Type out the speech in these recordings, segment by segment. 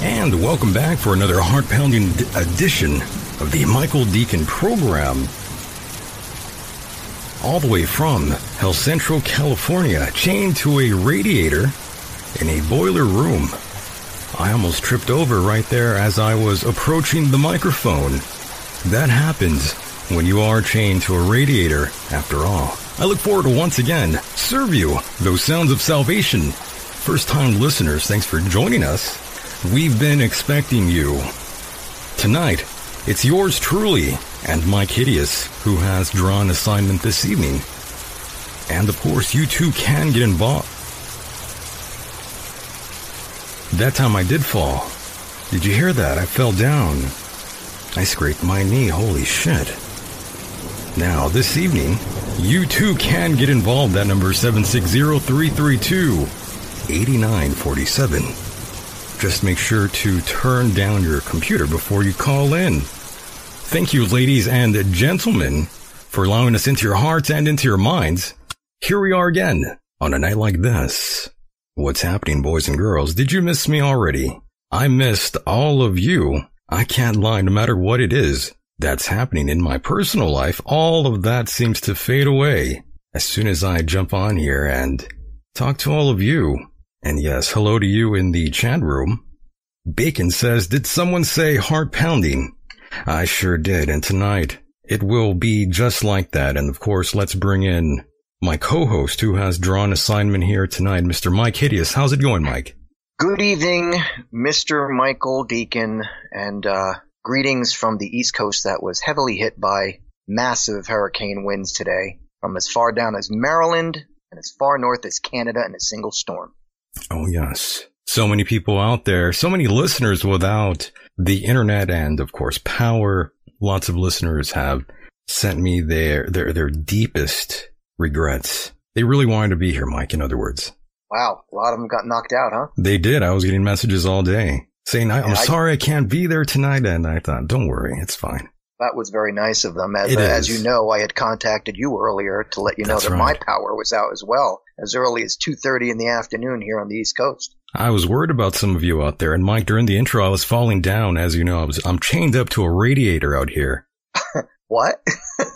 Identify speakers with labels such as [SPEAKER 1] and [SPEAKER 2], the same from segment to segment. [SPEAKER 1] And welcome back for another heart pounding edition of the Michael Deacon program. All the way from El Centro, California, chained to a radiator in a boiler room. I almost tripped over right there as I was approaching the microphone. That happens when you are chained to a radiator, after all. I look forward to once again serve you those sounds of salvation. First time listeners, thanks for joining us. We've been expecting you. Tonight, it's yours truly and Mike Hideous who has drawn assignment this evening. And of course, you too can get involved. That time I did fall. Did you hear that? I fell down. I scraped my knee. Holy shit. Now, this evening, you too can get involved. That number is 760 332 8947 just make sure to turn down your computer before you call in. Thank you, ladies and gentlemen, for allowing us into your hearts and into your minds. Here we are again on a night like this. What's happening, boys and girls? Did you miss me already? I missed all of you. I can't lie, no matter what it is that's happening in my personal life, all of that seems to fade away as soon as I jump on here and talk to all of you. And yes, hello to you in the chat room. Bacon says, Did someone say heart pounding? I sure did. And tonight it will be just like that. And of course, let's bring in my co host who has drawn assignment here tonight, Mr. Mike Hideous. How's it going, Mike?
[SPEAKER 2] Good evening, Mr. Michael Deacon, and uh, greetings from the East Coast that was heavily hit by massive hurricane winds today, from as far down as Maryland and as far north as Canada in a single storm.
[SPEAKER 1] Oh, yes. So many people out there, so many listeners without the internet and of course power. Lots of listeners have sent me their, their, their deepest regrets. They really wanted to be here, Mike, in other words.
[SPEAKER 2] Wow, a lot of them got knocked out, huh?
[SPEAKER 1] They did. I was getting messages all day saying, I, I'm
[SPEAKER 2] Yeah, I-
[SPEAKER 1] sorry I can't be there tonight. And I thought, don't worry. It's fine.
[SPEAKER 2] That was very nice of them. As, uh,
[SPEAKER 1] It
[SPEAKER 2] as
[SPEAKER 1] is.
[SPEAKER 2] you know, I had contacted you earlier to let you know
[SPEAKER 1] That's
[SPEAKER 2] that
[SPEAKER 1] right.
[SPEAKER 2] my power was out as well, as early as 2.30 in the afternoon here on the East Coast.
[SPEAKER 1] I was worried about some of you out there. And Mike, during the intro, I was falling down. As you know, I was, I'm chained up to a radiator out here.
[SPEAKER 2] What?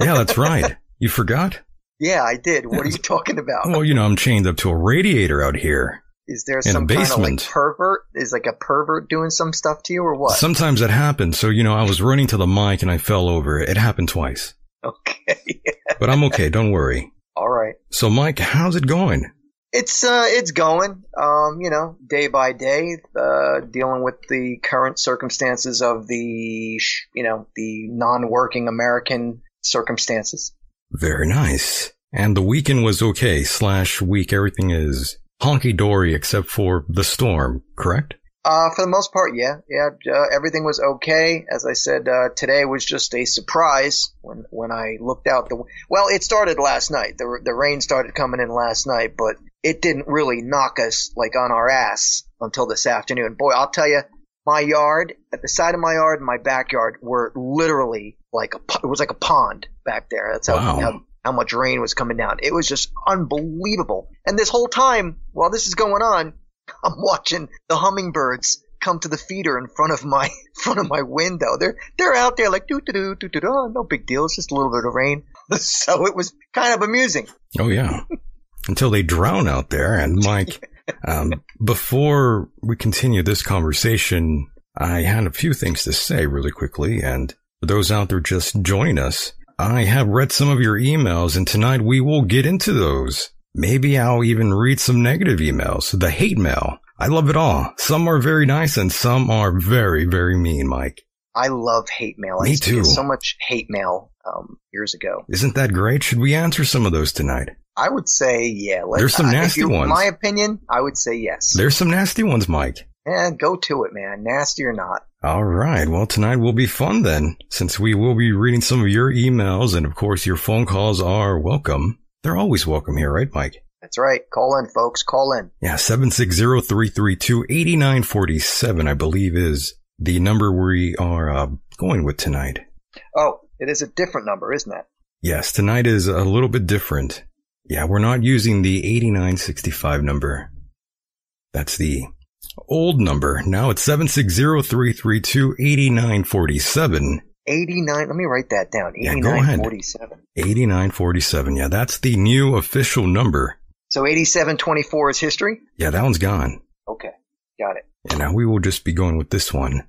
[SPEAKER 1] Yeah, that's right. You forgot?
[SPEAKER 2] yeah, I did. What are you talking about?
[SPEAKER 1] Well, you know, I'm chained up to a radiator out here.
[SPEAKER 2] Is there
[SPEAKER 1] in a
[SPEAKER 2] some kind of like
[SPEAKER 1] basement.
[SPEAKER 2] pervert? Is like a pervert doing some stuff to you or what?
[SPEAKER 1] Sometimes that happens. So, you know, I was running to the mic and I fell over. It happened twice,
[SPEAKER 2] okay.
[SPEAKER 1] but I'm okay. Don't worry.
[SPEAKER 2] All right.
[SPEAKER 1] So, Mike, how's it going?
[SPEAKER 2] It's uh, it's going. Um, you know, day by day, uh, dealing with the current circumstances of the, sh- you know, the non-working American circumstances.
[SPEAKER 1] Very nice. And the weekend was okay slash week. Everything is honky dory except for the storm, correct?
[SPEAKER 2] Uh, for the most part, yeah, yeah, uh, everything was okay. As I said, uh, today was just a surprise when when I looked out the. Well, it started last night. the The rain started coming in last night, but it didn't really knock us like on our ass until this afternoon. Boy, I'll tell you, my yard, at the side of my yard, and my backyard were literally like a po- it was like a pond back there. That's how,
[SPEAKER 1] Wow.
[SPEAKER 2] how how much rain was coming down. It was just unbelievable. And this whole time, while this is going on, I'm watching the hummingbirds come to the feeder in front of my in front of my window. They're they're out there like doo doo doo doo doo. doo. Oh, no big deal. It's just a little bit of rain. So it was kind of amusing.
[SPEAKER 1] Oh yeah. Until they drown out there. And Mike, um, before we continue this conversation, I had a few things to say really quickly. And for those out there just join us, I have read some of your emails and tonight we will get into those. Maybe I'll even read some negative emails, the hate mail. I love it all. Some are very nice and some are very, very mean, Mike.
[SPEAKER 2] I love hate mail. I
[SPEAKER 1] Me
[SPEAKER 2] used to get
[SPEAKER 1] too.
[SPEAKER 2] So much hate mail um, years ago.
[SPEAKER 1] Isn't that great? Should we answer some of those tonight?
[SPEAKER 2] I would say yeah. Let's,
[SPEAKER 1] There's some
[SPEAKER 2] I- if
[SPEAKER 1] nasty
[SPEAKER 2] you-
[SPEAKER 1] ones.
[SPEAKER 2] My opinion, I would say yes.
[SPEAKER 1] There's some nasty ones, Mike.
[SPEAKER 2] Yeah, go to it, man. Nasty or not.
[SPEAKER 1] All right. Well, tonight will be fun then, since we will be reading some of your emails and of course your phone calls are welcome. They're always welcome here, right, Mike?
[SPEAKER 2] That's right. Call in, folks. Call in.
[SPEAKER 1] Yeah, 760-332-8947, I believe is the number we are uh, going with tonight.
[SPEAKER 2] Oh, it is a different number, isn't it?
[SPEAKER 1] Yes, tonight is a little bit different. Yeah, we're not using the 8965 number. That's the old number. Now it's 760-332-8947.
[SPEAKER 2] 89. Let me write that down.
[SPEAKER 1] Yeah, go ahead.
[SPEAKER 2] 8947.
[SPEAKER 1] 8947. Yeah, that's the new official number.
[SPEAKER 2] so 8724 is history?
[SPEAKER 1] Yeah, that one's gone.
[SPEAKER 2] Okay. Got it.
[SPEAKER 1] And now we will just be going with this one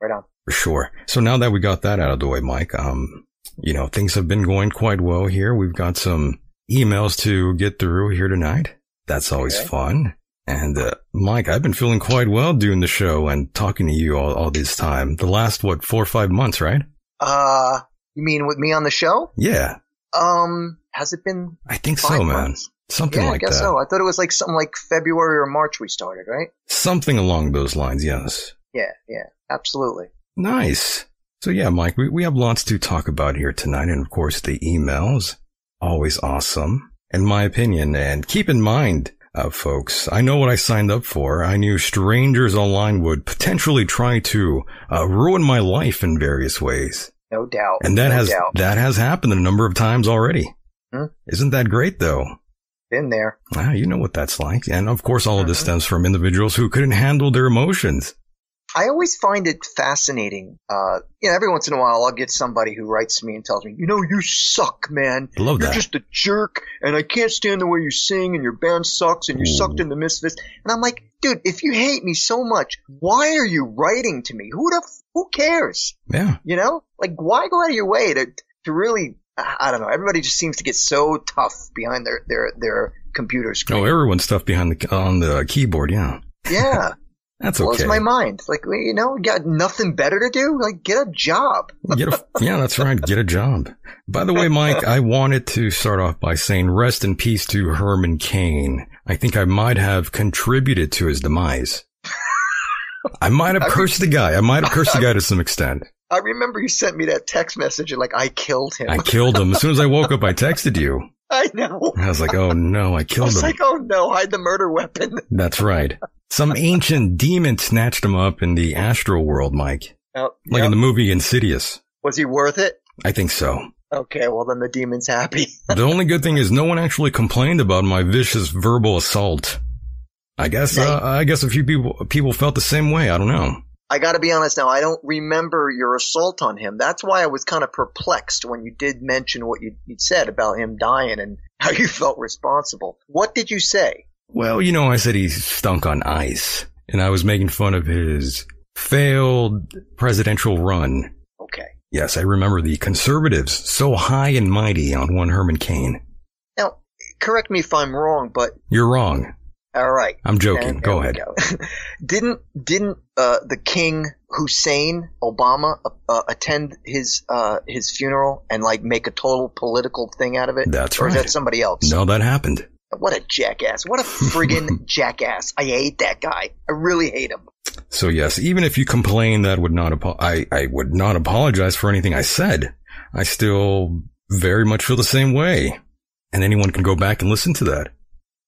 [SPEAKER 2] Right on.
[SPEAKER 1] for sure. So now that we got that out of the way, Mike, um, you know, things have been going quite well here. We've got some emails to get through here tonight. That's always
[SPEAKER 2] Okay.
[SPEAKER 1] fun. And uh, Mike, I've been feeling quite well doing the show and talking to you all, all this time. The last, what, four or five months, right?
[SPEAKER 2] Uh, you mean with me on the show?
[SPEAKER 1] Yeah,
[SPEAKER 2] Um, has it been
[SPEAKER 1] I think
[SPEAKER 2] five
[SPEAKER 1] so, man.
[SPEAKER 2] months?
[SPEAKER 1] Something
[SPEAKER 2] Yeah,
[SPEAKER 1] like
[SPEAKER 2] I guess
[SPEAKER 1] that.
[SPEAKER 2] so. I thought it was like something like February or March we started, right?
[SPEAKER 1] Something along those lines, yes.
[SPEAKER 2] Yeah, yeah, absolutely.
[SPEAKER 1] Nice. So yeah, Mike, we, we have lots to talk about here tonight. And of course, the emails, always awesome, in my opinion. And keep in mind, uh, folks, I know what I signed up for. I knew strangers online would potentially try to uh, ruin my life in various ways.
[SPEAKER 2] No doubt.
[SPEAKER 1] And that
[SPEAKER 2] no
[SPEAKER 1] has,
[SPEAKER 2] doubt.
[SPEAKER 1] that has happened a number of times already.
[SPEAKER 2] Hmm.
[SPEAKER 1] Isn't that great though?
[SPEAKER 2] been there.
[SPEAKER 1] Ah, you know what that's like. And of course, all of this
[SPEAKER 2] Mhm.
[SPEAKER 1] stems from individuals who couldn't handle their emotions.
[SPEAKER 2] I always find it fascinating. Uh, you know, every once in a while, I'll get somebody who writes to me and tells me, "You know, you suck, man.
[SPEAKER 1] I love
[SPEAKER 2] You're
[SPEAKER 1] that.
[SPEAKER 2] just a jerk, and I can't stand the way you sing, and your band sucks, and you
[SPEAKER 1] Ooh.
[SPEAKER 2] sucked in the Misfits." And I'm like, "Dude, if you hate me so much, why are you writing to me? Who the f- who cares?
[SPEAKER 1] yeah.
[SPEAKER 2] You know, like why go out of your way to to really? I I don't know. Everybody just seems to get so tough behind their their their computer screen.
[SPEAKER 1] Oh, everyone's stuff behind the, on the keyboard. Yeah.
[SPEAKER 2] yeah.
[SPEAKER 1] That's
[SPEAKER 2] blows
[SPEAKER 1] okay.
[SPEAKER 2] my mind. Like well, you know, you got nothing better to do. Like get a job.
[SPEAKER 1] Get a, yeah, that's right. Get a job. By the way, Mike, I wanted to start off by saying rest in peace to Herman Cain. I think I might have contributed to his demise. I might have cursed the guy. I might have cursed the guy to some extent.
[SPEAKER 2] I remember you sent me that text message and like I killed him.
[SPEAKER 1] I
[SPEAKER 2] I,
[SPEAKER 1] killed him. As soon as I woke up, I texted you.
[SPEAKER 2] know.
[SPEAKER 1] I was like, oh no, I
[SPEAKER 2] I
[SPEAKER 1] killed
[SPEAKER 2] was
[SPEAKER 1] him.
[SPEAKER 2] like, oh no, hide the murder weapon.
[SPEAKER 1] That's right. Some ancient demon snatched him up in the astral world, Mike.
[SPEAKER 2] Oh,
[SPEAKER 1] Like
[SPEAKER 2] yeah.
[SPEAKER 1] in the movie Insidious.
[SPEAKER 2] was he worth it?
[SPEAKER 1] I think so.
[SPEAKER 2] Okay, well then the demon's happy.
[SPEAKER 1] the only good thing is no one actually complained about my vicious verbal assault. I guess uh, I guess a few people people felt the same way. I don't know.
[SPEAKER 2] I got to be honest now. I don't remember your assault on him. That's why I was kind of perplexed when you did mention what you, you said about him dying and how you felt responsible. What did you say?
[SPEAKER 1] Well, you know, I said he stunk on ice, and I was making fun of his failed presidential run.
[SPEAKER 2] Okay.
[SPEAKER 1] Yes, I remember the conservatives so high and mighty on one Herman Cain.
[SPEAKER 2] Now, correct me if I'm wrong, but
[SPEAKER 1] You're wrong.
[SPEAKER 2] All right.
[SPEAKER 1] I'm joking.
[SPEAKER 2] And
[SPEAKER 1] go
[SPEAKER 2] there
[SPEAKER 1] ahead.
[SPEAKER 2] we go. didn't didn't uh, the King Hussein Obama uh, attend his uh, his funeral and like make a total political thing out of it?
[SPEAKER 1] That's
[SPEAKER 2] or Is
[SPEAKER 1] right.
[SPEAKER 2] that somebody else?
[SPEAKER 1] No, that happened.
[SPEAKER 2] What a jackass! What a friggin' jackass! I hate that guy. I really hate him.
[SPEAKER 1] So yes, even if you complain that would not apo- I I would not apologize for anything I said. I still very much feel the same way. And anyone can go back and listen to that.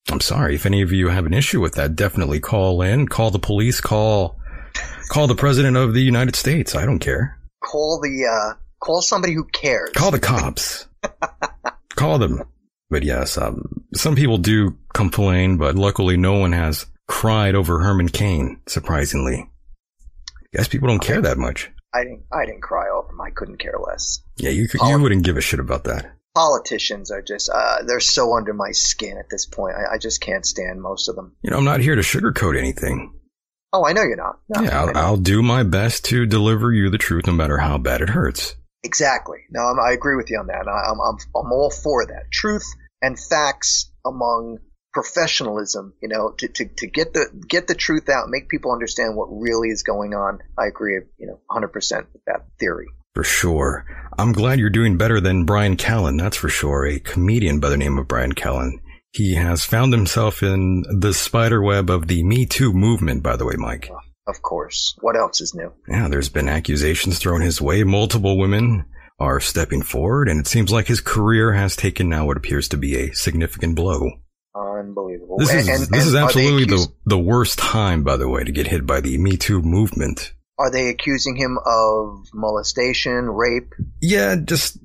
[SPEAKER 1] I'm sorry if any of you have an issue with that, definitely call in, call the police, call call the president of the United States. I don't care.
[SPEAKER 2] Call the uh, call somebody who cares.
[SPEAKER 1] Call the cops. call them. But yes, um, some people do complain, but luckily no one has cried over Herman Cain, surprisingly. guess people don't care that much.
[SPEAKER 2] I didn't I didn't cry over him. I couldn't care less.
[SPEAKER 1] Yeah, you could, you
[SPEAKER 2] Poli-
[SPEAKER 1] wouldn't give a shit about that.
[SPEAKER 2] Politicians are just uh, they're so under my skin at this point. I, I just can't stand most of them.
[SPEAKER 1] You know, I'm not here to sugarcoat anything.
[SPEAKER 2] Oh, I know you're not. No,
[SPEAKER 1] yeah,
[SPEAKER 2] I
[SPEAKER 1] I'll,
[SPEAKER 2] know.
[SPEAKER 1] I'll do my best to deliver you the truth, no matter how bad it hurts.
[SPEAKER 2] Exactly. No, I'm, I agree with you on that. I, I'm, I'm, I'm all for that. Truth and facts among professionalism, you know, to, to, to get the, get the truth out, make people understand what really is going on. I agree, you know, 100% with that theory.
[SPEAKER 1] For sure. I'm glad you're doing better than Brian Callen, that's for sure. A comedian by the name of Brian Callen. He has found himself in the spider web of the Me Too movement, by the way, Mike.
[SPEAKER 2] Of course. What else is new?
[SPEAKER 1] Yeah, there's been accusations thrown his way. Multiple women are stepping forward, and it seems like his career has taken now what appears to be a significant blow.
[SPEAKER 2] Unbelievable.
[SPEAKER 1] This is
[SPEAKER 2] And- and-
[SPEAKER 1] this is
[SPEAKER 2] and are they
[SPEAKER 1] absolutely the
[SPEAKER 2] accus-
[SPEAKER 1] the worst time, by the way, to get hit by the Me Too movement.
[SPEAKER 2] Are they accusing him of molestation, rape?
[SPEAKER 1] Yeah, just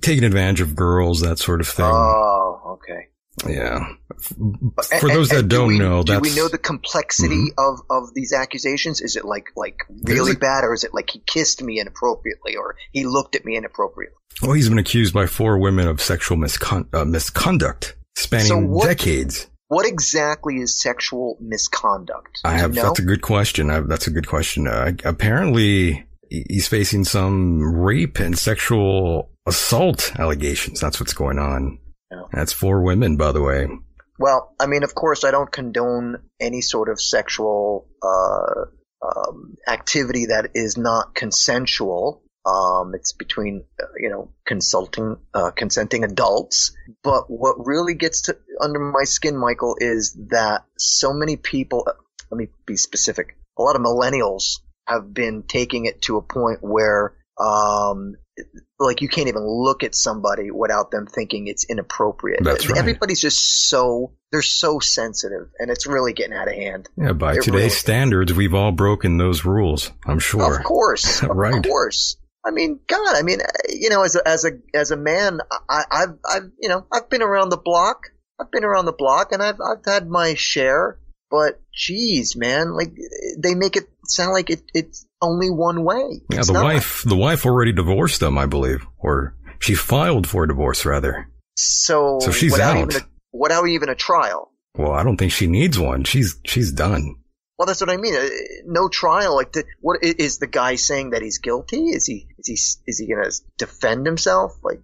[SPEAKER 1] taking advantage of girls, that sort of thing.
[SPEAKER 2] Oh, okay.
[SPEAKER 1] yeah. F-
[SPEAKER 2] And-
[SPEAKER 1] For those
[SPEAKER 2] and-
[SPEAKER 1] that
[SPEAKER 2] and do
[SPEAKER 1] don't
[SPEAKER 2] we-
[SPEAKER 1] know,
[SPEAKER 2] do
[SPEAKER 1] that's Mm-hmm.
[SPEAKER 2] we know the complexity of, of these accusations? Is it like like
[SPEAKER 1] There's
[SPEAKER 2] really
[SPEAKER 1] a-
[SPEAKER 2] bad, or is it like he kissed me inappropriately, or he looked at me inappropriately?
[SPEAKER 1] well, he's been accused by four women of sexual miscon- uh, misconduct spanning
[SPEAKER 2] So what-
[SPEAKER 1] decades.
[SPEAKER 2] What exactly is sexual misconduct? Do
[SPEAKER 1] I
[SPEAKER 2] you
[SPEAKER 1] have
[SPEAKER 2] know?
[SPEAKER 1] that's a good question. I, that's a good question. Uh, apparently, he- he's facing some rape and sexual assault allegations. That's what's going on.
[SPEAKER 2] Yeah.
[SPEAKER 1] That's four women, by the way.
[SPEAKER 2] well, I mean, of course, I don't condone any sort of sexual uh, um, activity that is not consensual. Um, it's between uh, you know consulting uh, consenting adults. But what really gets to under my skin, Michael, is that so many people. uh, Let me be specific. A lot of millennials have been taking it to a point where, um, like, you can't even look at somebody without them thinking it's inappropriate.
[SPEAKER 1] That's right.
[SPEAKER 2] Everybody's just so they're so sensitive, and it's really getting out of hand.
[SPEAKER 1] Yeah, by
[SPEAKER 2] It
[SPEAKER 1] today's
[SPEAKER 2] really-
[SPEAKER 1] standards, we've all broken those rules. I'm sure.
[SPEAKER 2] Of course, of
[SPEAKER 1] Right.
[SPEAKER 2] course. I mean, God, I mean, uh, you know, as a, as a as a man, I, I've I've you know I've been around the block. I've been around the block, and I've I've had my share. But geez, man, like they make it sound like it, it's only one way.
[SPEAKER 1] Yeah,
[SPEAKER 2] It's
[SPEAKER 1] the
[SPEAKER 2] not.
[SPEAKER 1] wife, the wife already divorced them, I believe, or she filed for divorce rather.
[SPEAKER 2] So,
[SPEAKER 1] So she's
[SPEAKER 2] without
[SPEAKER 1] out.
[SPEAKER 2] Even a, without even a trial.
[SPEAKER 1] Well, I don't think she needs one. She's she's done.
[SPEAKER 2] Well, that's what I mean. Uh, No trial. Like, the, what i- is the guy saying that he's guilty? Is he is he is he gonna defend himself? Like,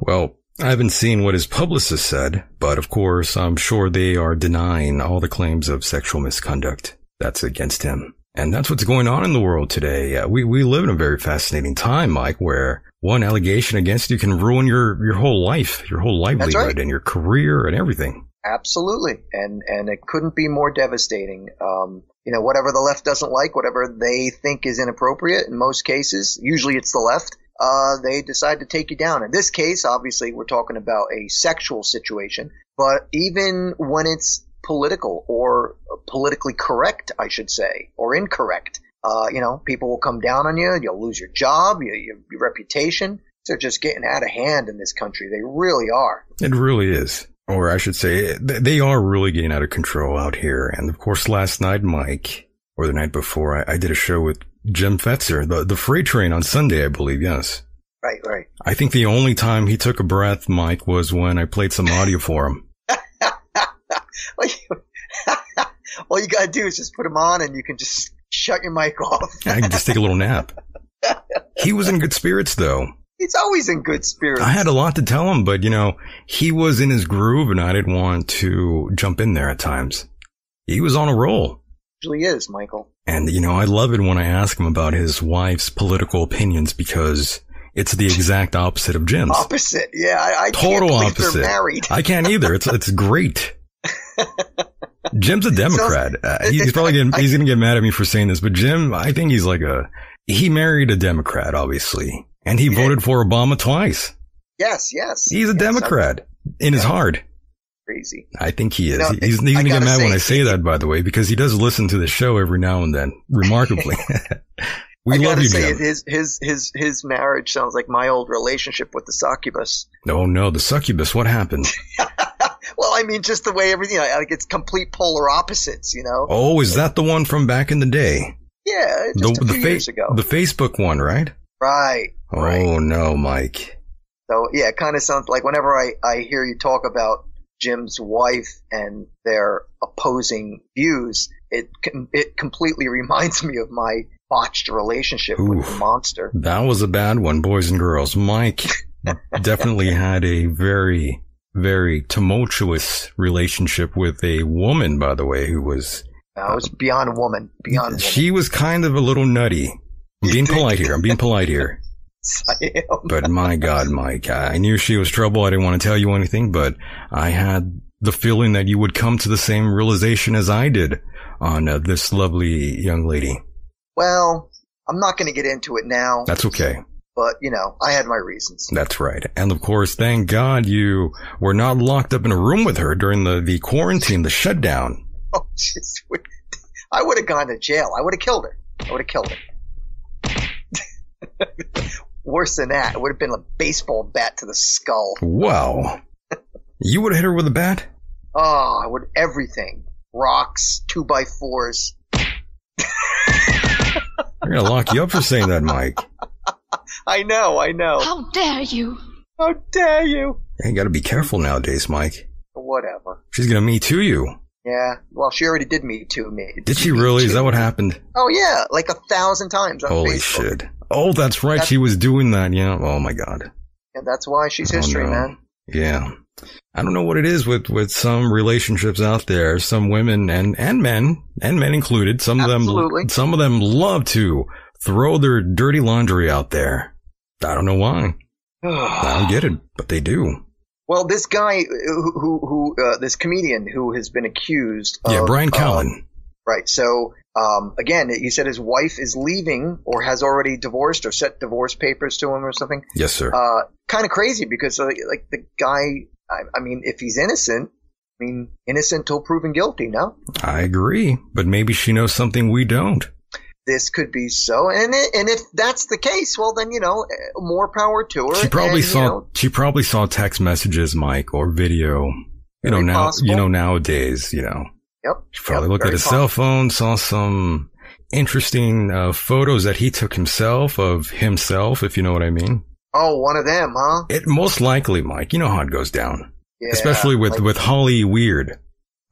[SPEAKER 1] Well, I haven't seen what his publicist said, but of course, I'm sure they are denying all the claims of sexual misconduct that's against him. And that's what's going on in the world today. Uh, we we live in a very fascinating time, Mike, where one allegation against you can ruin your your whole life, your whole livelihood, and your career, and everything.
[SPEAKER 2] Absolutely, and and it couldn't be more devastating. Um, you know, whatever the left doesn't like, whatever they think is inappropriate, in most cases, usually it's the left. Uh, they decide to take you down. In this case, obviously, we're talking about a sexual situation, but even when it's political or politically correct, I should say, or incorrect, uh, you know, people will come down on you. You'll lose your job, your, your, your reputation. They're just getting out of hand in this country. They really are.
[SPEAKER 1] It really is. Or I should say, th- they are really getting out of control out here. And of course, last night, Mike, or the night before, I, I did a show with Jim Fetzer, the, the freight train on Sunday, I believe. Yes.
[SPEAKER 2] Right, right.
[SPEAKER 1] I think the only time he took a breath, Mike, was when I played some audio for him.
[SPEAKER 2] All you, all you gotta do is just put them on, and you can just shut your mic off.
[SPEAKER 1] I can just take a little nap. He was in good spirits, though.
[SPEAKER 2] He's always in good spirits.
[SPEAKER 1] I had a lot to tell him, but you know, he was in his groove and I didn't want to jump in there at times. He was on a roll.
[SPEAKER 2] Usually is, Michael.
[SPEAKER 1] And, you know, I love it when I ask him about his wife's political opinions because it's the exact opposite of Jim's.
[SPEAKER 2] Opposite, yeah. I, I
[SPEAKER 1] Total
[SPEAKER 2] can't believe
[SPEAKER 1] opposite.
[SPEAKER 2] They're married.
[SPEAKER 1] I can't either. It's it's great. Jim's a Democrat. Uh, he's probably gonna, he's going to get mad at me for saying this, but Jim, I think he's like a he married a Democrat, obviously, and he
[SPEAKER 2] Yeah.
[SPEAKER 1] voted for Obama twice.
[SPEAKER 2] Yes, yes.
[SPEAKER 1] He's a
[SPEAKER 2] Yes, I'm
[SPEAKER 1] Democrat in his
[SPEAKER 2] Yeah.
[SPEAKER 1] heart.
[SPEAKER 2] Crazy.
[SPEAKER 1] I think he is.
[SPEAKER 2] No,
[SPEAKER 1] he's he's going
[SPEAKER 2] I
[SPEAKER 1] to get
[SPEAKER 2] gotta
[SPEAKER 1] mad when
[SPEAKER 2] say-
[SPEAKER 1] I say that, by the way, because he does listen to the show every now and then. Remarkably, we
[SPEAKER 2] I
[SPEAKER 1] love
[SPEAKER 2] gotta
[SPEAKER 1] you,
[SPEAKER 2] say,
[SPEAKER 1] Jim.
[SPEAKER 2] his his his his marriage sounds like my old relationship with the succubus.
[SPEAKER 1] Oh no, the succubus. What happened?
[SPEAKER 2] well, I mean, just the way everything like it's complete polar opposites, you know.
[SPEAKER 1] Oh, is that the one from back in the day?
[SPEAKER 2] yeah, just
[SPEAKER 1] the
[SPEAKER 2] a few
[SPEAKER 1] fa-
[SPEAKER 2] years ago.
[SPEAKER 1] the Facebook one, right?
[SPEAKER 2] right, right.
[SPEAKER 1] Oh no, Mike.
[SPEAKER 2] So yeah, it kind of sounds like whenever I, I hear you talk about Jim's wife and their opposing views, it com- it completely reminds me of my botched relationship with the
[SPEAKER 1] Oof.
[SPEAKER 2] monster.
[SPEAKER 1] That was a bad one, boys and girls. Mike definitely had a very, very tumultuous relationship with a woman, by the way, who was,
[SPEAKER 2] I was beyond woman, beyond woman.
[SPEAKER 1] she was kind of a little nutty. I'm being polite here. I'm being polite here.
[SPEAKER 2] I am.
[SPEAKER 1] But my God, Mike, I knew she was trouble. I didn't want to tell you anything, but I had the feeling that you would come to the same realization as I did on uh, this lovely young lady.
[SPEAKER 2] Well, I'm not going to get into it now,
[SPEAKER 1] That's okay.
[SPEAKER 2] but you know, I had my reasons.
[SPEAKER 1] That's right. And of course, thank God you were not locked up in a room with her during the, the quarantine, the shutdown.
[SPEAKER 2] Oh, jeez. I would have gone to jail. I would have killed her. I would have killed her. Worse than that, it would have been a baseball bat to the skull.
[SPEAKER 1] Wow. You would have hit her with a bat?
[SPEAKER 2] Oh, I would everything. Rocks, two by fours.
[SPEAKER 1] They're going to lock you up for saying that, Mike.
[SPEAKER 2] I know, I know.
[SPEAKER 3] How dare you?
[SPEAKER 2] How dare you?
[SPEAKER 1] You got to be careful nowadays, Mike.
[SPEAKER 2] Whatever.
[SPEAKER 1] She's going to me too you.
[SPEAKER 2] Yeah. Well, she already did me too. Me.
[SPEAKER 1] Did she really? Is that what happened?
[SPEAKER 2] Oh yeah, like a thousand times on
[SPEAKER 1] Holy
[SPEAKER 2] Facebook.
[SPEAKER 1] shit. Oh, that's right. She was doing that. Yeah. Oh my God.
[SPEAKER 2] And that's why she's
[SPEAKER 1] Oh,
[SPEAKER 2] history,
[SPEAKER 1] no.
[SPEAKER 2] man.
[SPEAKER 1] Yeah. I don't know what it is with, with some relationships out there. Some women and, and men, and men included, some of them,
[SPEAKER 2] Absolutely.
[SPEAKER 1] some of them love to throw their dirty laundry out there. I don't know why. I don't get it, but they do.
[SPEAKER 2] well, this guy who who, who uh, this comedian who has been accused.
[SPEAKER 1] Yeah,
[SPEAKER 2] of,
[SPEAKER 1] Brian
[SPEAKER 2] uh,
[SPEAKER 1] Callen.
[SPEAKER 2] Right. So um, again, he said his wife is leaving or has already divorced or sent divorce papers to him or something.
[SPEAKER 1] yes, sir.
[SPEAKER 2] Uh, kind of crazy because uh, like the guy, I, I mean, if he's innocent, I mean, innocent till proven guilty. No,
[SPEAKER 1] I agree, but maybe she knows something we don't.
[SPEAKER 2] this could be so. And i and if that's the case, well, then you know, eh, more power to her.
[SPEAKER 1] She probably
[SPEAKER 2] and, you
[SPEAKER 1] saw,
[SPEAKER 2] know,
[SPEAKER 1] she probably saw text messages, Mike, or video. You know,
[SPEAKER 2] Very
[SPEAKER 1] now,
[SPEAKER 2] possible.
[SPEAKER 1] you know, nowadays, you know.
[SPEAKER 2] yep.
[SPEAKER 1] She probably
[SPEAKER 2] yep,
[SPEAKER 1] looked at
[SPEAKER 2] very
[SPEAKER 1] his
[SPEAKER 2] possible.
[SPEAKER 1] cell phone, saw some interesting uh, photos that he took himself of himself, if you know what I mean.
[SPEAKER 2] Oh, one of them, huh?
[SPEAKER 1] It most likely, Mike, you know how it goes down,
[SPEAKER 2] Yeah,
[SPEAKER 1] especially with,
[SPEAKER 2] like-
[SPEAKER 1] with Holly Weird.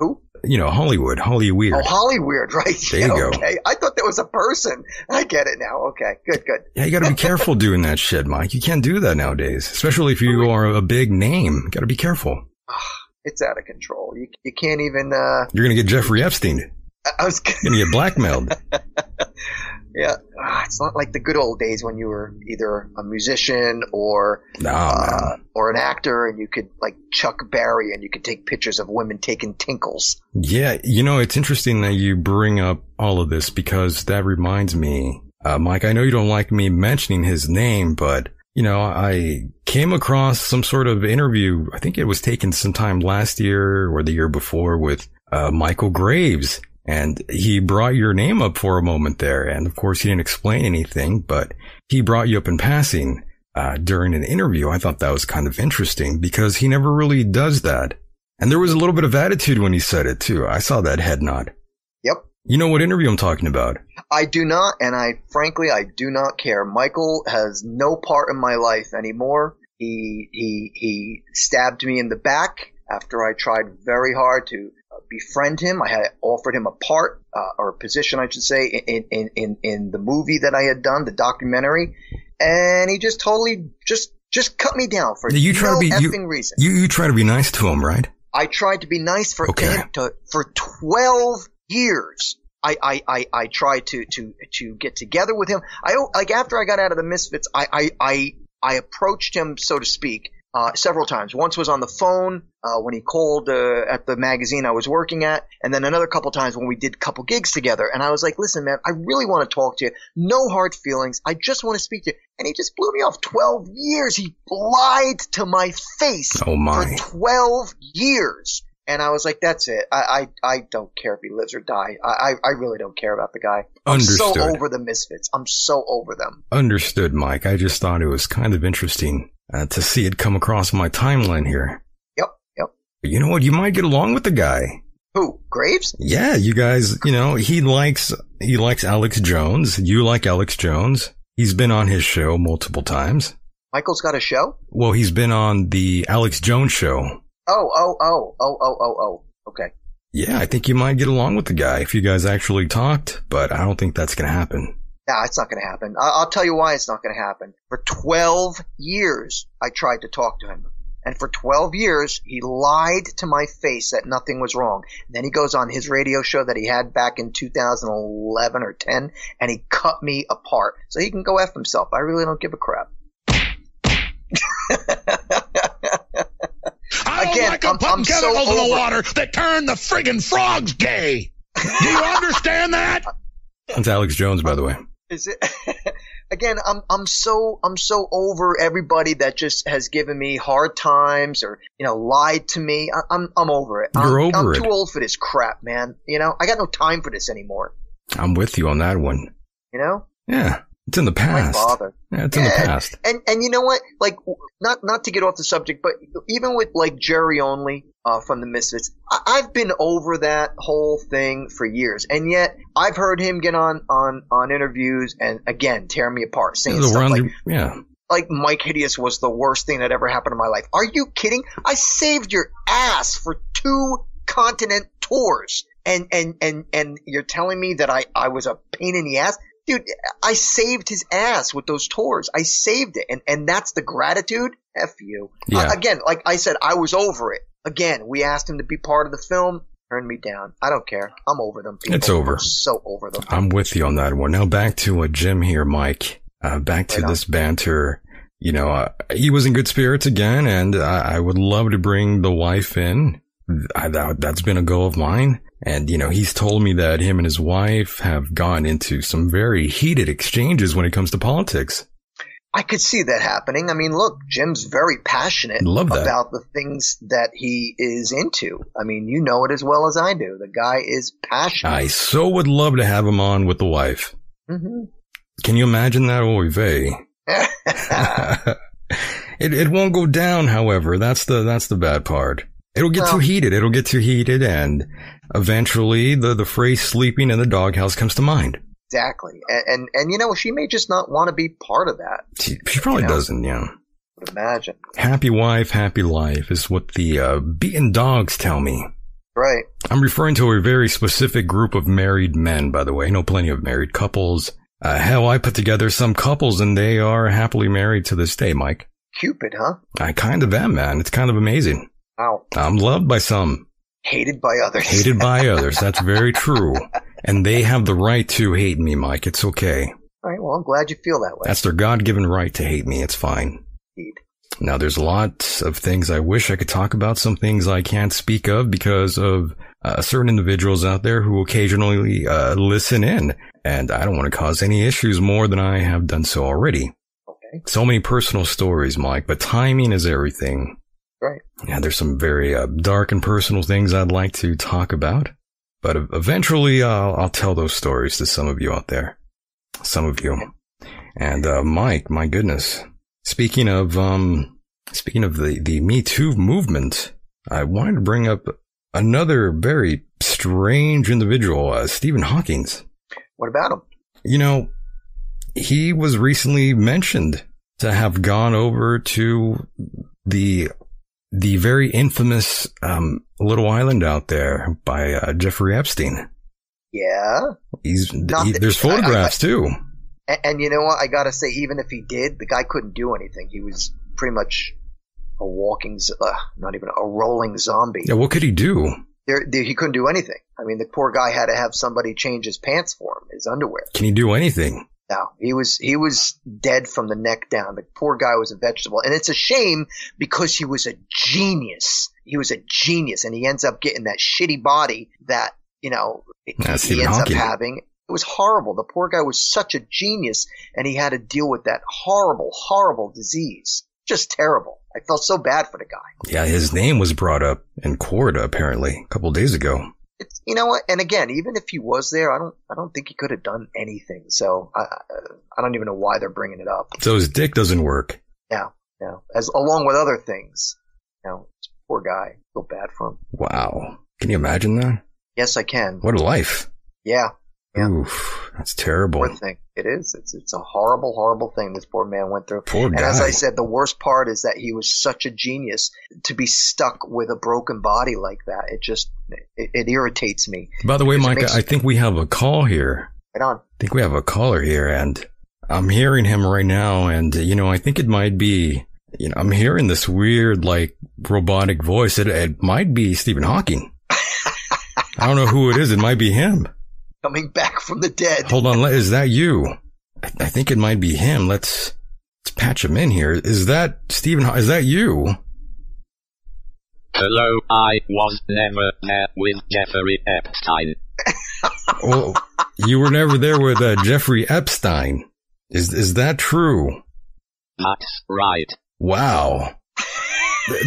[SPEAKER 2] Who?
[SPEAKER 1] You know, Hollywood, Holly Weird.
[SPEAKER 2] Oh, Holly Weird, right?
[SPEAKER 1] There you
[SPEAKER 2] yeah,
[SPEAKER 1] go.
[SPEAKER 2] Okay, I thought that was a person. I get it now. Okay, good, good.
[SPEAKER 1] yeah, you got to be careful doing that shit, Mike. You can't do that nowadays, especially if you are a big name. Got to be careful.
[SPEAKER 2] It's out of control. You, you can't even. Uh,
[SPEAKER 1] You're going to get Jeffrey Epstein.
[SPEAKER 2] I- I was.
[SPEAKER 1] You're going to get blackmailed.
[SPEAKER 2] Yeah, Ah, it's not like the good old days when you were either a musician or
[SPEAKER 1] nah, man.
[SPEAKER 2] uh, or an actor, and you could like Chuck Berry, and you could take pictures of women taking tinkles.
[SPEAKER 1] Yeah, you know, it's interesting that you bring up all of this because that reminds me, uh, Mike, I know you don't like me mentioning his name, but, you know, I came across some sort of interview. I think it was taken sometime last year or the year before with uh, Michael Graves. And he brought your name up for a moment there. And of course, he didn't explain anything, but he brought you up in passing uh, during an interview. I thought that was kind of interesting because he never really does that. And there was a little bit of attitude when he said it too. I saw that head nod.
[SPEAKER 2] Yep,
[SPEAKER 1] You know what interview I'm talking about?
[SPEAKER 2] I do not, and I frankly I do not care. Michael has no part in my life anymore. He he he stabbed me in the back after I tried very hard to uh, befriend him. I had offered him a part uh, or a position, I should say, in in in in the movie that I had done, the documentary, and he just totally just just cut me down for
[SPEAKER 1] You try to
[SPEAKER 2] no
[SPEAKER 1] be- you-
[SPEAKER 2] effing reason.
[SPEAKER 1] You you try to be nice to him, right?
[SPEAKER 2] I tried to be nice for
[SPEAKER 1] Okay.
[SPEAKER 2] him to, for 12 years. I, I, I, I tried to, to, to get together with him. I don't- like after I got out of the Misfits, I, I, I, I approached him, so to speak, uh, several times. Once was on the phone, uh, when he called, uh, at the magazine I was working at. And then another couple times when we did a couple gigs together. And I was like, listen, man, I really want to talk to you. No hard feelings. I just want to speak to you. And he just blew me off 12 years. He lied to my face
[SPEAKER 1] Oh my.
[SPEAKER 2] for 12 years. And I was like, that's it. I, I, I don't care if he lives or die. I, I, I really don't care about the guy. I'm
[SPEAKER 1] Understood.
[SPEAKER 2] so over the Misfits. I'm so over them.
[SPEAKER 1] Understood, Mike. I just thought it was kind of interesting uh, to see it come across my timeline here.
[SPEAKER 2] Yep, yep.
[SPEAKER 1] But you know what? You might get along with the guy.
[SPEAKER 2] Who? Graves?
[SPEAKER 1] Yeah, you guys, you know, he likes he likes Alex Jones. You like Alex Jones. He's been on his show multiple times.
[SPEAKER 2] Michael's got a show?
[SPEAKER 1] Well, he's been on the Alex Jones show.
[SPEAKER 2] Oh, oh, oh, oh, oh, oh, oh. Okay.
[SPEAKER 1] Yeah, I think you might get along with the guy if you guys actually talked, but I don't think that's going to happen.
[SPEAKER 2] Nah, it's not going to happen. I- I'll tell you why it's not going to happen. For 12 years, I tried to talk to him. And for 12 years, he lied to my face that nothing was wrong. Then he goes on his radio show that he had back in 2011 or 10, and he cut me apart. So he can go F himself. I really don't give a crap.
[SPEAKER 3] I don't
[SPEAKER 2] Again,
[SPEAKER 3] like 'em
[SPEAKER 2] I'm-
[SPEAKER 3] putting
[SPEAKER 2] I'm so
[SPEAKER 3] chemicals in the
[SPEAKER 2] over it.
[SPEAKER 3] water that turn the friggin' frogs gay. Do you understand that?
[SPEAKER 1] That's Alex Jones, by the way.
[SPEAKER 2] Is it again? I'm I'm so I'm so over everybody that just has given me hard times or you know lied to me. I, I'm I'm over it.
[SPEAKER 1] You're
[SPEAKER 2] I'm,
[SPEAKER 1] over
[SPEAKER 2] I'm
[SPEAKER 1] it.
[SPEAKER 2] too old for this crap, man. You know I got no time for this anymore.
[SPEAKER 1] I'm with you on that one.
[SPEAKER 2] You know
[SPEAKER 1] Yeah, it's in the
[SPEAKER 2] my
[SPEAKER 1] past.
[SPEAKER 2] father.
[SPEAKER 1] Yeah, it's in the
[SPEAKER 2] Yeah.
[SPEAKER 1] past.
[SPEAKER 2] And and you know what? Like w- not not to get off the subject, but even with like Jerry only uh, from the Misfits, I, I've been over that whole thing for years, and yet I've heard him get on on on interviews and again tear me apart, saying
[SPEAKER 1] The
[SPEAKER 2] stuff
[SPEAKER 1] round-
[SPEAKER 2] like.
[SPEAKER 1] yeah.
[SPEAKER 2] like Mike Hideous was the worst thing that ever happened in my life. Are you kidding? I saved your ass for two continent tours. And, and, and, and you're telling me that I, I was a pain in the ass? Dude, I saved his ass with those tours. I saved it. And, and that's the gratitude? F you.
[SPEAKER 1] Yeah.
[SPEAKER 2] I- again, like I said, I was over it. Again, we asked him to be part of the film. Turned me down. I don't care. I'm over them people.
[SPEAKER 1] It's over.
[SPEAKER 2] I'm so over them.
[SPEAKER 1] I'm with you on that one. Now back to uh, Jim here, Mike. Uh, back to
[SPEAKER 2] Right on.
[SPEAKER 1] this banter. You know, uh, he was in good spirits again, and I, I would love to bring the wife in. I, that, that's been a goal of mine. And, you know, he's told me that him and his wife have gone into some very heated exchanges when it comes to politics.
[SPEAKER 2] I could see that happening. I mean, look, Jim's very passionate
[SPEAKER 1] Love that.
[SPEAKER 2] about the things that he is into. I mean, you know it as well as I do. The guy is passionate.
[SPEAKER 1] I so would love to have him on with the wife.
[SPEAKER 2] hmm
[SPEAKER 1] Can you imagine that? Oy vey. it it won't go down, however. That's the that's the bad part. It'll get too
[SPEAKER 2] Well-
[SPEAKER 1] heated. It'll get too heated, and eventually the the phrase "sleeping in the doghouse" comes to mind.
[SPEAKER 2] exactly. And, and and you know, she may just not want to be part of that.
[SPEAKER 1] She, she probably
[SPEAKER 2] Yeah.
[SPEAKER 1] doesn't. Yeah.
[SPEAKER 2] I would imagine.
[SPEAKER 1] Happy wife, happy life is what the uh, beaten dogs tell me.
[SPEAKER 2] Right.
[SPEAKER 1] I'm referring to a very specific group of married men, by the way. I know plenty of married couples. Uh, hell, I put together some couples, and they are happily married to this day, Mike.
[SPEAKER 2] Cupid, huh?
[SPEAKER 1] I kind of am, man. It's kind of amazing.
[SPEAKER 2] Wow.
[SPEAKER 1] I'm loved by some.
[SPEAKER 2] Hated by others.
[SPEAKER 1] hated by others. That's very true. And they have the right to hate me, Mike. It's okay.
[SPEAKER 2] All right. Well, I'm glad you feel that way.
[SPEAKER 1] That's their God given right to hate me. It's fine.
[SPEAKER 2] Indeed.
[SPEAKER 1] Now, there's a lot of things I wish I could talk about, some things I can't speak of because of uh, certain individuals out there who occasionally uh, listen in. And I don't want to cause any issues more than I have done so already.
[SPEAKER 2] Okay.
[SPEAKER 1] So many personal stories, Mike, but timing is everything.
[SPEAKER 2] Right.
[SPEAKER 1] Yeah, there's some very uh, dark and personal things I'd like to talk about, but e- eventually uh, I'll tell those stories to some of you out there. Some of you. And uh, Mike, my goodness. Speaking of um speaking of the the Me Too movement, I wanted to bring up another very strange individual, uh, Stephen Hawking's.
[SPEAKER 2] What about him?
[SPEAKER 1] You know, he was recently mentioned to have gone over to the the very infamous um, little island out there by uh, Jeffrey Epstein.
[SPEAKER 2] Yeah.
[SPEAKER 1] He's
[SPEAKER 2] Not
[SPEAKER 1] he-
[SPEAKER 2] that-
[SPEAKER 1] there's
[SPEAKER 2] I- I-
[SPEAKER 1] photographs too.
[SPEAKER 2] And, and you know what? I gotta say, even if he did, the guy couldn't do anything. He was pretty much a walking, z- uh, not even a rolling zombie.
[SPEAKER 1] Yeah, what could he do?
[SPEAKER 2] There, there, he couldn't do anything. I mean, the poor guy had to have somebody change his pants for him, his underwear.
[SPEAKER 1] Can he do anything?
[SPEAKER 2] No, he was he was dead from the neck down. The poor guy was a vegetable, and it's a shame because he was a genius. He was a genius, and he ends up getting that shitty body that you know he,
[SPEAKER 1] Yeah,
[SPEAKER 2] he
[SPEAKER 1] Stephen
[SPEAKER 2] ends
[SPEAKER 1] Hawking.
[SPEAKER 2] up having. It was horrible. The poor guy was such a genius, and he had to deal with that horrible, horrible disease. Just terrible. I felt so bad for the guy.
[SPEAKER 1] Yeah, his name was brought up in court apparently a couple days ago.
[SPEAKER 2] it's, you know what? And again, even if he was there, I don't, I don't think he could have done anything. So I, I, I don't even know why they're bringing it up.
[SPEAKER 1] So his dick doesn't work.
[SPEAKER 2] You know, as along with other things. You know, this poor guy, feel bad for him.
[SPEAKER 1] Wow. Can you imagine that?
[SPEAKER 2] Yes, I can.
[SPEAKER 1] What a life.
[SPEAKER 2] Yeah, Yeah.
[SPEAKER 1] Oof, that's terrible.
[SPEAKER 2] poor thing. It is. It's, it's a horrible, horrible thing this poor man went through.
[SPEAKER 1] Poor
[SPEAKER 2] And as
[SPEAKER 1] guy.
[SPEAKER 2] I said, the worst part is that he was such a genius to be stuck with a broken body like that. It just, it, it irritates me.
[SPEAKER 1] By the way,
[SPEAKER 2] Because it
[SPEAKER 1] Micah,
[SPEAKER 2] makes-
[SPEAKER 1] I think we have a call here.
[SPEAKER 2] Right on.
[SPEAKER 1] I think we have a caller here, and I'm hearing him right now, and you know, I think it might be, you know, I'm hearing this weird, like, robotic voice. It, it might be Stephen Hawking. I don't know who it is. It might be him.
[SPEAKER 2] Coming back from the dead.
[SPEAKER 1] Hold on, le- is that you? I, I think it might be him. Let's let's patch him in here. Is that Stephen? Haw- Is that you?
[SPEAKER 4] Hello, I was never there with Jeffrey Epstein.
[SPEAKER 1] Well, you were never there with uh, Jeffrey Epstein. Is is that true?
[SPEAKER 4] That's right.
[SPEAKER 1] Wow.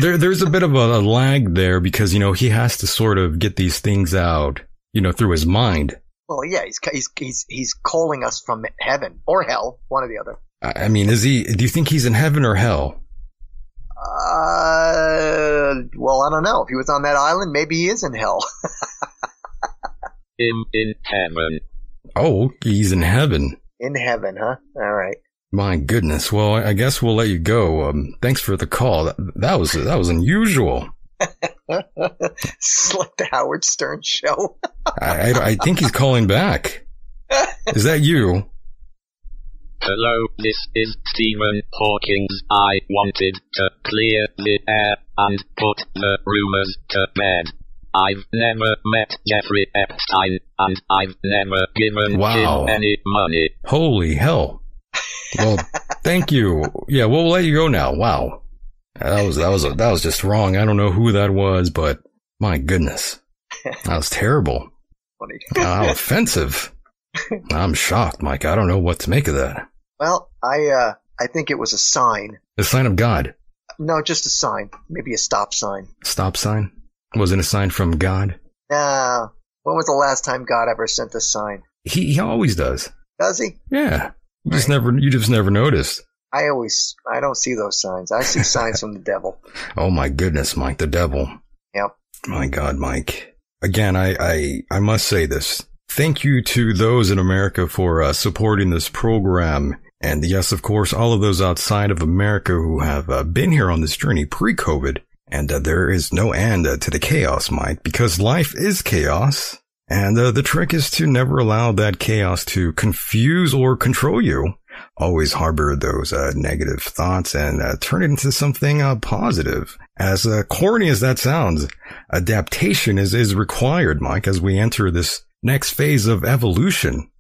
[SPEAKER 1] there, there's a bit of a, a lag there because, you know, he has to sort of get these things out, you know, through his mind.
[SPEAKER 2] Well, yeah, he's, he's he's he's calling us from heaven or hell, one or the other.
[SPEAKER 1] I, I mean, is he, do you think he's in heaven or hell?
[SPEAKER 2] Uh, well, I don't know. If he was on that island, maybe he is in hell.
[SPEAKER 4] Him in heaven.
[SPEAKER 1] Oh, he's in heaven.
[SPEAKER 2] in heaven, huh? All right.
[SPEAKER 1] My goodness. Well, I I guess we'll let you go. Um, thanks for the call. That, that was, that was unusual.
[SPEAKER 2] it's like the Howard Stern show.
[SPEAKER 1] I, I, I think he's calling back. Is that you?
[SPEAKER 4] Hello, this is Stephen Hawkins. I wanted to clear the air and put the rumors to bed. I've never met Jeffrey Epstein, and I've never given
[SPEAKER 1] Wow.
[SPEAKER 4] him any money.
[SPEAKER 1] Holy hell. Well, thank you. Yeah, we'll let you go now. Wow. That was that was that was just wrong. I don't know who that was, but my goodness. That was terrible.
[SPEAKER 2] Funny.
[SPEAKER 1] How offensive. I'm shocked, Mike. I don't know what to make of that.
[SPEAKER 2] well, I uh, I think it was a sign.
[SPEAKER 1] The sign of God.
[SPEAKER 2] No, just a sign. Maybe a stop sign.
[SPEAKER 1] Stop sign? Wasn't a sign from God?
[SPEAKER 2] Nah. When was the last time God ever sent a sign?
[SPEAKER 1] He he always does.
[SPEAKER 2] Does he?
[SPEAKER 1] Yeah. You just never you just never noticed.
[SPEAKER 2] I always I don't see those signs. I see signs from the devil.
[SPEAKER 1] Oh my goodness, Mike, the devil.
[SPEAKER 2] Yep.
[SPEAKER 1] My God, Mike. Again, I, I, I must say this. Thank you to those in America for uh, supporting this program. And yes, of course, all of those outside of America who have uh, been here on this journey pre COVID. And uh, there is no end uh, to the chaos, Mike, because life is chaos. And uh, the trick is to never allow that chaos to confuse or control you. Always harbor those uh, negative thoughts and uh, turn it into something uh, positive. As uh, corny as that sounds, adaptation is, is required, Mike, as we enter this next phase of evolution.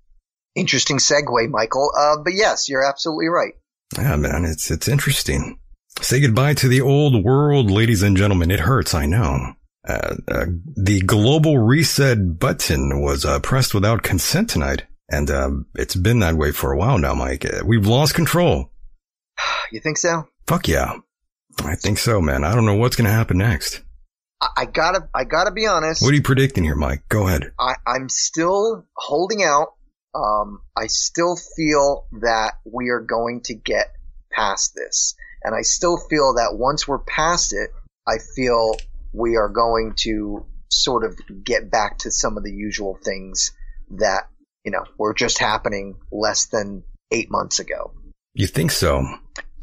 [SPEAKER 2] Interesting segue, Michael. Uh, but yes, you're absolutely right.
[SPEAKER 1] Yeah, man, it's, it's interesting. Say goodbye to the old world, ladies and gentlemen. It hurts, I know. Uh, uh, the global reset button was uh, pressed without consent tonight. And uh, it's been that way for a while now, Mike. Uh, We've lost control.
[SPEAKER 2] You think so?
[SPEAKER 1] Fuck yeah. I think so, man. I don't know what's going to happen next.
[SPEAKER 2] I, I gotta, I gotta be honest.
[SPEAKER 1] What are you predicting here, Mike? Go ahead.
[SPEAKER 2] I, I'm still holding out. Um, I still feel that we are going to get past this, and I still feel that once we're past it, I feel we are going to sort of get back to some of the usual things that you know were just happening less than eight months ago.
[SPEAKER 1] You think so?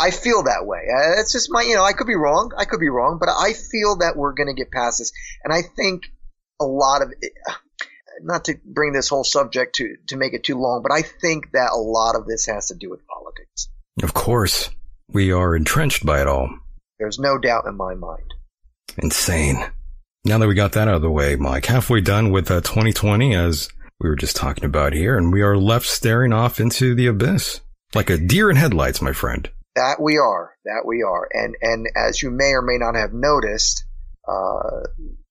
[SPEAKER 2] I feel that way. Uh, That's just my, you know, I could be wrong. I could be wrong, but I feel that we're going to get past this. And I think a lot of, it- not to bring this whole subject to, to make it too long, but I think that a lot of this has to do with politics.
[SPEAKER 1] Of course. We are entrenched by it all.
[SPEAKER 2] There's no doubt in my mind.
[SPEAKER 1] Insane. Now that we got that out of the way, Mike, halfway done with uh, 2020 as we were just talking about here, and we are left staring off into the abyss. Like a deer in headlights, my friend.
[SPEAKER 2] That we are. That we are. And and as you may or may not have noticed, uh,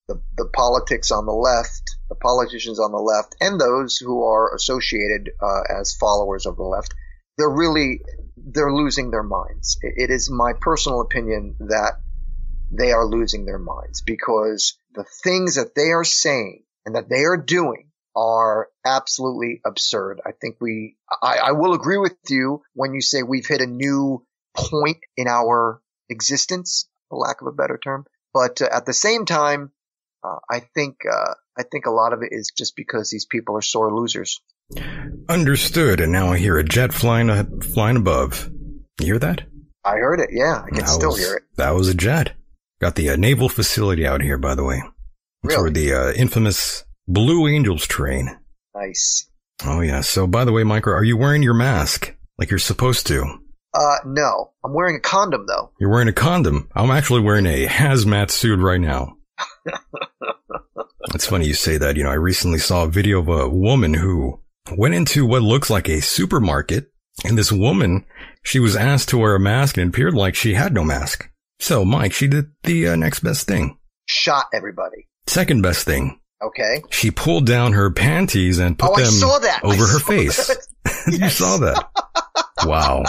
[SPEAKER 2] the the politics on the left, the politicians on the left, and those who are associated uh, as followers of the left, they're really they're losing their minds. It, it is my personal opinion that they are losing their minds because the things that they are saying and that they are doing are absolutely absurd. I think we, I, I will agree with you when you say we've hit a new point in our existence, for lack of a better term. But uh, at the same time, uh, I think uh, I think a lot of it is just because these people are sore losers.
[SPEAKER 1] Understood. And now I hear a jet flying uh, flying above. You hear that?
[SPEAKER 2] I heard it. Yeah, I can
[SPEAKER 1] That
[SPEAKER 2] still
[SPEAKER 1] was-
[SPEAKER 2] hear it.
[SPEAKER 1] That was a jet. Got the uh, naval facility out here, by the way. It's
[SPEAKER 2] Really?
[SPEAKER 1] where the uh, infamous Blue Angels train.
[SPEAKER 2] Nice.
[SPEAKER 1] Oh yeah. So by the way, Mike, are you wearing your mask like you're supposed to?
[SPEAKER 2] Uh, no, I'm wearing a condom though.
[SPEAKER 1] You're wearing a condom. I'm actually wearing a hazmat suit right now. it's funny you say that. You know, I recently saw a video of a woman who went into what looks like a supermarket, and this woman, she was asked to wear a mask and it appeared like she had no mask. So, Mike, she did the uh, next best thing.
[SPEAKER 2] Shot everybody.
[SPEAKER 1] Second best thing.
[SPEAKER 2] Okay.
[SPEAKER 1] She pulled down her panties and put
[SPEAKER 2] oh,
[SPEAKER 1] them
[SPEAKER 2] I saw that I
[SPEAKER 1] over her
[SPEAKER 2] saw
[SPEAKER 1] face.
[SPEAKER 2] that.
[SPEAKER 1] you
[SPEAKER 2] Yes.
[SPEAKER 1] saw that. Wow.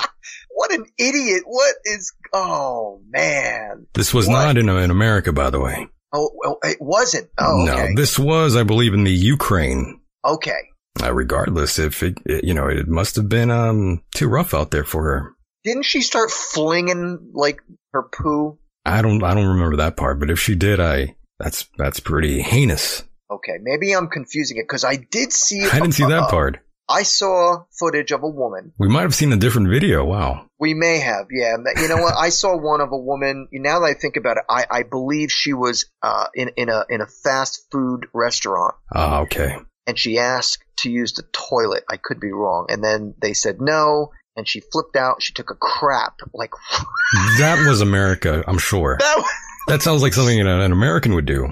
[SPEAKER 2] What an idiot! What is? Oh man.
[SPEAKER 1] This was
[SPEAKER 2] What?
[SPEAKER 1] not in, in America, by the way.
[SPEAKER 2] Oh, oh, it wasn't. Oh, okay.
[SPEAKER 1] No, this was, I believe, in the Ukraine.
[SPEAKER 2] okay.
[SPEAKER 1] Uh, regardless, if it, it- you know, it must have been um too rough out there for her.
[SPEAKER 2] Didn't she start flinging like her poo?
[SPEAKER 1] I don't, I don't remember that part, but if she did, I that's that's pretty heinous.
[SPEAKER 2] Okay, maybe I'm confusing it because I did see.
[SPEAKER 1] I didn't see that
[SPEAKER 2] uh,
[SPEAKER 1] part.
[SPEAKER 2] I saw footage of a woman.
[SPEAKER 1] We might have seen a different video. Wow.
[SPEAKER 2] We may have, yeah. And that- You know what? I saw one of a woman. Now that I think about it, I, I believe she was uh, in in a in a fast food restaurant,
[SPEAKER 1] Ah, okay.
[SPEAKER 2] and she asked to use the toilet. I could be wrong. And then they said no, and she flipped out. She took a crap. Like
[SPEAKER 1] That was America, I'm sure.
[SPEAKER 2] that. Was,
[SPEAKER 1] That sounds like something an, an American would do,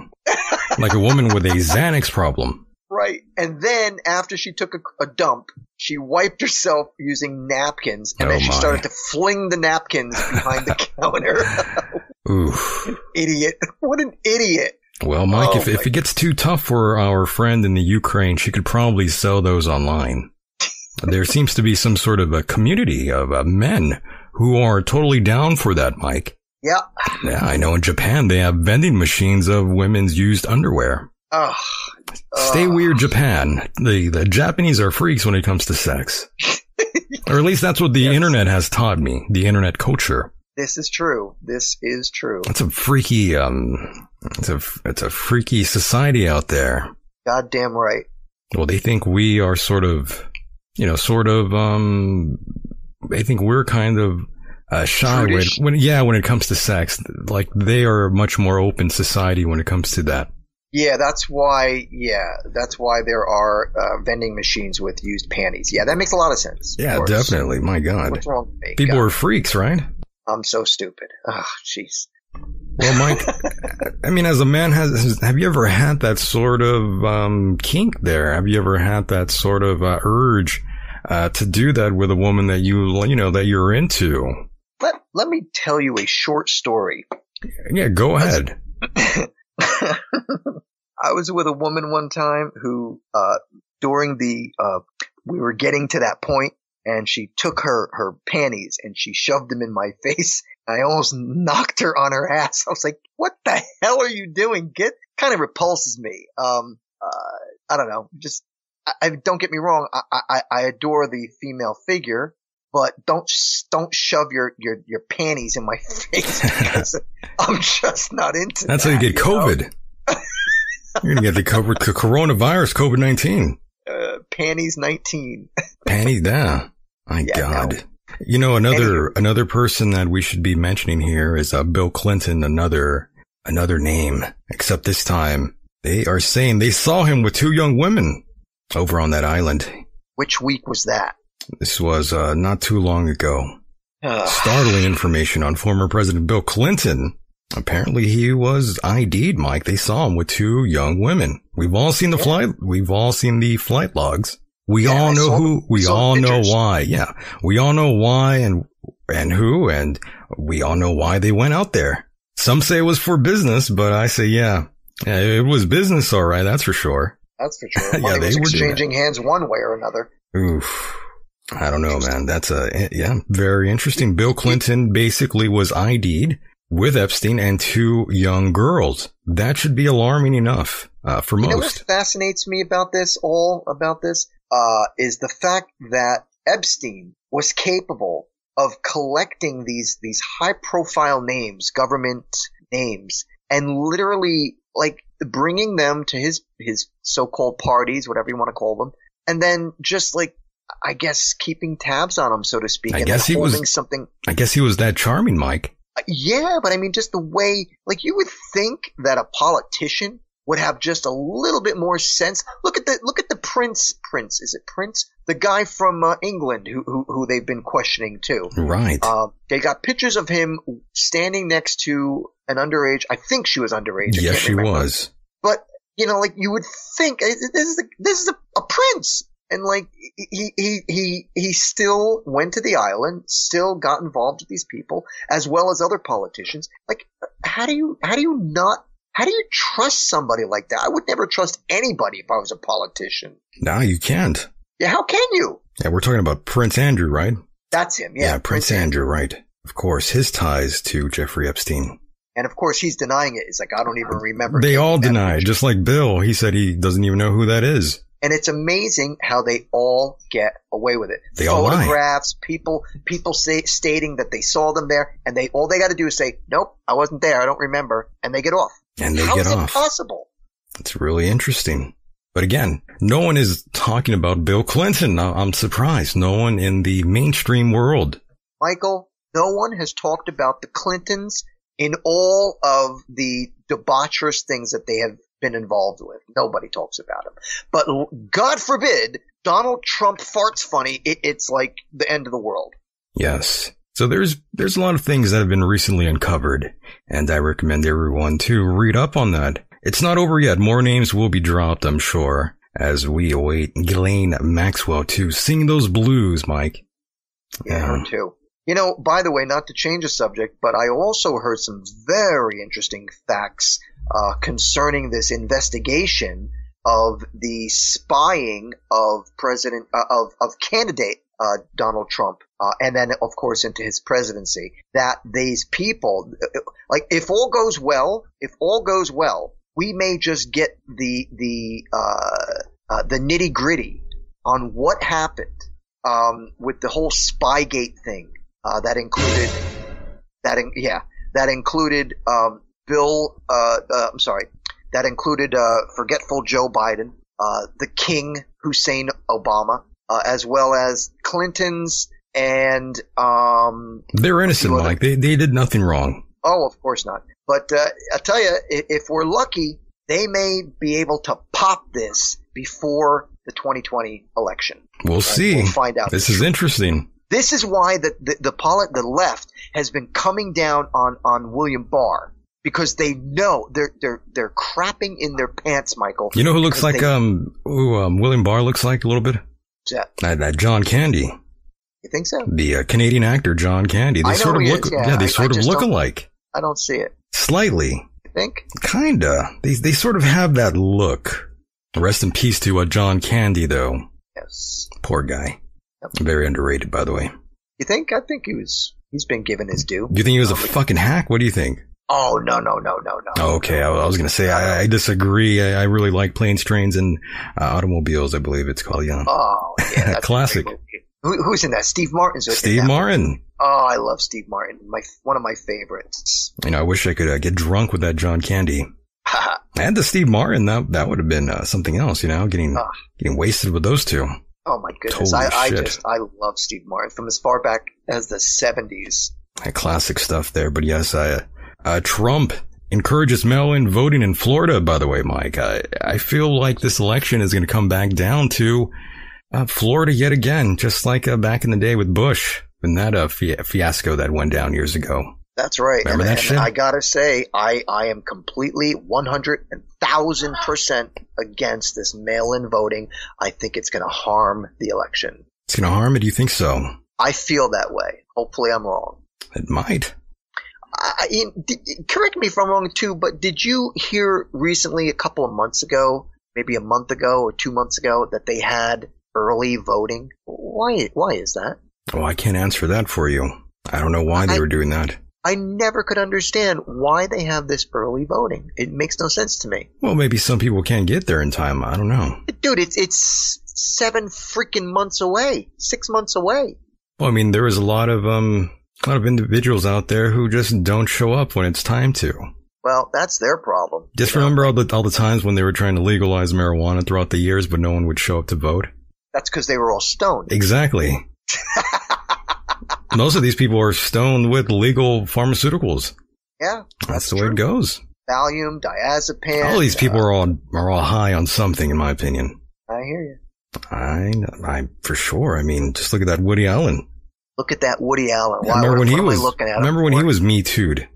[SPEAKER 1] like a woman with a Xanax problem.
[SPEAKER 2] Right. And then after she took a, a dump, she wiped herself using napkins, and then
[SPEAKER 1] Oh,
[SPEAKER 2] she
[SPEAKER 1] my.
[SPEAKER 2] started to fling the napkins behind the counter.
[SPEAKER 1] Oof.
[SPEAKER 2] idiot. What an idiot.
[SPEAKER 1] Well, Mike,
[SPEAKER 2] Oh
[SPEAKER 1] if, if
[SPEAKER 2] my-
[SPEAKER 1] it gets too tough for our friend in the Ukraine, she could probably sell those online. there seems to be some sort of a community of uh, men who are totally down for that, Mike.
[SPEAKER 2] Yeah.
[SPEAKER 1] Yeah, I know in Japan they have vending machines of women's used underwear.
[SPEAKER 2] Ugh.
[SPEAKER 1] Stay
[SPEAKER 2] Ugh.
[SPEAKER 1] weird, Japan. The, the Japanese are freaks when it comes to sex. or at least that's what the internet has taught me, the internet culture.
[SPEAKER 2] This is true. This is true.
[SPEAKER 1] It's a freaky, um, it's a, it's a freaky society out there.
[SPEAKER 2] Goddamn right.
[SPEAKER 1] Well, they think we are sort of, you know, sort of, um, they think we're kind of uh, shy when,
[SPEAKER 2] Prudish.
[SPEAKER 1] when, yeah, when it comes to sex. Like they are a much more open society when it comes to that.
[SPEAKER 2] Yeah, that's why. Yeah, that's why there are uh, vending machines with used panties. Yeah, that makes a lot of sense. of
[SPEAKER 1] Yeah,
[SPEAKER 2] course.
[SPEAKER 1] definitely. My God.
[SPEAKER 2] What's wrong with me?
[SPEAKER 1] People
[SPEAKER 2] God,
[SPEAKER 1] are freaks, right?
[SPEAKER 2] I'm so stupid. Ugh, jeez.
[SPEAKER 1] Well, Mike, I mean, as a man, has, has have you ever had that sort of um, kink? There, have you ever had that sort of uh, urge uh, to do that with a woman that you, you know, that you're into?
[SPEAKER 2] Let Let me tell you a short story
[SPEAKER 1] Yeah, go
[SPEAKER 2] That's-
[SPEAKER 1] ahead.
[SPEAKER 2] I was with a woman one time who, uh, during the, uh, we were getting to that point and she took her, her panties and she shoved them in my face. I almost knocked her on her ass. I was like, what the hell are you doing? Get, kind of repulses me. Um, uh, I don't know. Just, I, I don't get me wrong. I, I- I, I adore the female figure, but don't, s- don't shove your, your, your panties in my face because I'm just not into
[SPEAKER 1] That's
[SPEAKER 2] that,
[SPEAKER 1] how you get
[SPEAKER 2] you know?
[SPEAKER 1] COVID. You're gonna get the co- co- coronavirus, COVID nineteen.
[SPEAKER 2] uh, panties 19.
[SPEAKER 1] Panty down. My
[SPEAKER 2] Yeah,
[SPEAKER 1] God. You know another another person that we should be mentioning here is uh, Bill Clinton. Another another name, except this time they are saying they saw him with two young women over on that island.
[SPEAKER 2] Which week was that?
[SPEAKER 1] This was uh, not too long ago.
[SPEAKER 2] Ugh.
[SPEAKER 1] startling information on former President Bill Clinton. Apparently he was ID'd, Mike. They saw him with two young women. We've all seen the flight. We've all seen the flight logs. We
[SPEAKER 2] Yeah,
[SPEAKER 1] all
[SPEAKER 2] I
[SPEAKER 1] know
[SPEAKER 2] saw
[SPEAKER 1] who,
[SPEAKER 2] the-
[SPEAKER 1] we
[SPEAKER 2] saw the
[SPEAKER 1] all know
[SPEAKER 2] pictures.
[SPEAKER 1] why. Yeah. We all know why and, and who and we all know why they went out there. Some say it was for business, but I say, yeah, yeah it was business. All right. That's for sure.
[SPEAKER 2] That's for sure.
[SPEAKER 1] Yeah,
[SPEAKER 2] Money
[SPEAKER 1] they
[SPEAKER 2] was
[SPEAKER 1] were doing
[SPEAKER 2] exchanging hands one way or another.
[SPEAKER 1] Oof. I don't know, man. That's a, eh, yeah, very interesting. Bill Clinton basically was ID'd with Epstein and two young girls. That should be alarming enough, uh, for
[SPEAKER 2] You know what
[SPEAKER 1] most.
[SPEAKER 2] fascinates me about this all about this uh, is the fact that Epstein was capable of collecting these these high profile names, government names, and literally like bringing them to his his so called parties, whatever you want to call them, and then just like I guess keeping tabs on them, so to speak,
[SPEAKER 1] I
[SPEAKER 2] and
[SPEAKER 1] guess
[SPEAKER 2] then
[SPEAKER 1] he was-
[SPEAKER 2] holding something
[SPEAKER 1] I guess he was that charming, Mike.
[SPEAKER 2] Uh, yeah, but I mean, just the way, like, you would think that a politician would have just a little bit more sense. Look at the look at the prince. Prince is it Prince? The guy from uh, England who, who who they've been questioning too.
[SPEAKER 1] Right.
[SPEAKER 2] Um, they got pictures of him standing next to an underage. I think she was underage. I
[SPEAKER 1] yes,
[SPEAKER 2] can't
[SPEAKER 1] she
[SPEAKER 2] remember.
[SPEAKER 1] was.
[SPEAKER 2] But you know, like you would think eh, this is a, this is a, a prince, and like he he he he still went to the island, still got involved with these people as well as other politicians. Like, how do you how do you not how do you trust somebody like that? I would never trust anybody if I was a politician.
[SPEAKER 1] No, you can't.
[SPEAKER 2] Yeah, how can you?
[SPEAKER 1] Yeah, we're talking about Prince Andrew, right?
[SPEAKER 2] That's him. Yeah,
[SPEAKER 1] Prince Andrew, right. Of course, his ties to Jeffrey Epstein.
[SPEAKER 2] And of course, he's denying it. It's like I don't even remember.
[SPEAKER 1] They all
[SPEAKER 2] that
[SPEAKER 1] deny, it,
[SPEAKER 2] picture.
[SPEAKER 1] just like Bill. He said he doesn't even know who that is.
[SPEAKER 2] and it's amazing how they all get away with it.
[SPEAKER 1] They all lie.
[SPEAKER 2] Photographs, people, people say, stating that they saw them there, and they all they got to do is say, "Nope, I wasn't there. I don't remember," and they get off.
[SPEAKER 1] And they
[SPEAKER 2] How
[SPEAKER 1] get
[SPEAKER 2] is
[SPEAKER 1] off.
[SPEAKER 2] it possible?
[SPEAKER 1] It's really interesting. But again, no one is talking about Bill Clinton. I- I'm surprised. No one in the mainstream world.
[SPEAKER 2] Michael, no one has talked about the Clintons in all of the debaucherous things that they have been involved with. Nobody talks about them. But l- God forbid Donald Trump farts funny. It, it's like the end of the world.
[SPEAKER 1] Yes. So there's there's a lot of things that have been recently uncovered, and I recommend everyone to read up on that. It's not over yet. More names will be dropped, I'm sure, as we await Ghislaine Maxwell to sing those blues, Mike.
[SPEAKER 2] Yeah, her too. You know, by the way, not to change the subject, but I also heard some very interesting facts uh, concerning this investigation of the spying of President uh, of of candidate uh, Donald Trump, uh, and then of course into his presidency. That these people, uh, like, if all goes well, if all goes well, we may just get the the uh, uh, the nitty gritty on what happened um, with the whole Spygate thing uh, that included that in, yeah that included um, Bill uh, uh, I'm sorry that included uh, forgetful Joe Biden, uh, the King Hussein Obama, uh, as well as Clinton's and um,
[SPEAKER 1] They're innocent,
[SPEAKER 2] Well,
[SPEAKER 1] Mike. They they did nothing wrong.
[SPEAKER 2] oh of course not, but uh, I tell you if, if we're lucky they may be able to pop this before the 2020 election.
[SPEAKER 1] We'll see.
[SPEAKER 2] We'll find out.
[SPEAKER 1] This is interesting.
[SPEAKER 2] This is why the the the, poli- the left has been coming down on on William Barr because they know they're they're they're crapping in their pants, Michael.
[SPEAKER 1] You know who looks
[SPEAKER 2] Because
[SPEAKER 1] like
[SPEAKER 2] they-
[SPEAKER 1] um, ooh, um William Barr looks like a little bit?
[SPEAKER 2] Yeah,
[SPEAKER 1] That, Uh, that John Candy,
[SPEAKER 2] you think so?
[SPEAKER 1] the uh, Canadian actor John Candy. They
[SPEAKER 2] I know
[SPEAKER 1] sort of
[SPEAKER 2] who he
[SPEAKER 1] look
[SPEAKER 2] is, yeah.
[SPEAKER 1] they
[SPEAKER 2] I-
[SPEAKER 1] sort
[SPEAKER 2] I
[SPEAKER 1] of
[SPEAKER 2] just
[SPEAKER 1] look
[SPEAKER 2] don't-
[SPEAKER 1] alike.
[SPEAKER 2] I don't see it.
[SPEAKER 1] Slightly.
[SPEAKER 2] You think?
[SPEAKER 1] Kinda. They they sort of have that look. Rest in peace to uh, John Candy though.
[SPEAKER 2] Yes.
[SPEAKER 1] Poor guy.
[SPEAKER 2] Yep.
[SPEAKER 1] Very underrated by the way.
[SPEAKER 2] You think? I think he was. He's been given his due.
[SPEAKER 1] You think he was a fucking hack? What do you think? Oh,
[SPEAKER 2] Oh no no no no no.
[SPEAKER 1] Okay, I, I was gonna say I, I disagree. I, I really like planes, trains, and uh, automobiles. I believe it's called. Yeah,
[SPEAKER 2] Oh yeah, that's a great
[SPEAKER 1] Classic.
[SPEAKER 2] movie. Who, who's in that? Steve Martin's. in
[SPEAKER 1] Steve
[SPEAKER 2] that.
[SPEAKER 1] Martin.
[SPEAKER 2] Oh, I love Steve Martin. My one of my favorites.
[SPEAKER 1] You know, I wish I could uh, get drunk with that John Candy.
[SPEAKER 2] Haha.
[SPEAKER 1] And the Steve Martin, that that would have been uh, something else. You know, getting
[SPEAKER 2] Ah.
[SPEAKER 1] getting wasted with those two.
[SPEAKER 2] oh my goodness.
[SPEAKER 1] Holy
[SPEAKER 2] I, I
[SPEAKER 1] shit.
[SPEAKER 2] just I love Steve Martin from as far back as the seventies.
[SPEAKER 1] Uh, classic stuff there. But yes, I, uh, Trump encourages mail-in voting in Florida. By the way, Mike, I, I feel like this election is going to come back down to uh, Florida yet again, just like uh, back in the day with Bush. in that uh, fia- fiasco that went down years ago.
[SPEAKER 2] That's right.
[SPEAKER 1] Remember
[SPEAKER 2] and,
[SPEAKER 1] that
[SPEAKER 2] and
[SPEAKER 1] shit?
[SPEAKER 2] I gotta say, I, I am completely one hundred and thousand percent against this mail-in voting. I think it's gonna harm the election.
[SPEAKER 1] It's going to harm it. Do you think so?
[SPEAKER 2] I feel that way. Hopefully, I'm wrong.
[SPEAKER 1] It might.
[SPEAKER 2] I, I- Ian, did, correct me if I'm wrong too, but did you hear recently, a couple of months ago, maybe a month ago or two months ago, that they had early voting? Why? Why is that?
[SPEAKER 1] Oh, I can't answer that for you. I don't know why they
[SPEAKER 2] I-
[SPEAKER 1] were doing that.
[SPEAKER 2] I never could understand why they have this early voting. It makes no sense to me.
[SPEAKER 1] Well, maybe some people can't get there in time. I don't know.
[SPEAKER 2] Dude, it's it's seven freaking months away, six months away.
[SPEAKER 1] Well, I mean, there is a lot of um, a lot of individuals out there who just don't show up when it's time to.
[SPEAKER 2] Well, that's their problem.
[SPEAKER 1] Just
[SPEAKER 2] you know?
[SPEAKER 1] remember all the all the times when they were trying to legalize marijuana throughout the years, but no one would show up to vote.
[SPEAKER 2] That's because they were all stoned.
[SPEAKER 1] Exactly. Most of these people are stoned with legal pharmaceuticals.
[SPEAKER 2] Yeah,
[SPEAKER 1] That's the way it goes.
[SPEAKER 2] Valium, diazepam.
[SPEAKER 1] All these people
[SPEAKER 2] uh,
[SPEAKER 1] are all are all high on something, in my opinion.
[SPEAKER 2] I hear you.
[SPEAKER 1] I, I for sure. I mean, just look at that Woody Allen.
[SPEAKER 2] Look at that Woody Allen.
[SPEAKER 1] I
[SPEAKER 2] Wow,
[SPEAKER 1] remember
[SPEAKER 2] what,
[SPEAKER 1] when he
[SPEAKER 2] what am I
[SPEAKER 1] was.
[SPEAKER 2] looking at him
[SPEAKER 1] remember when he
[SPEAKER 2] for?
[SPEAKER 1] was Me Too'd.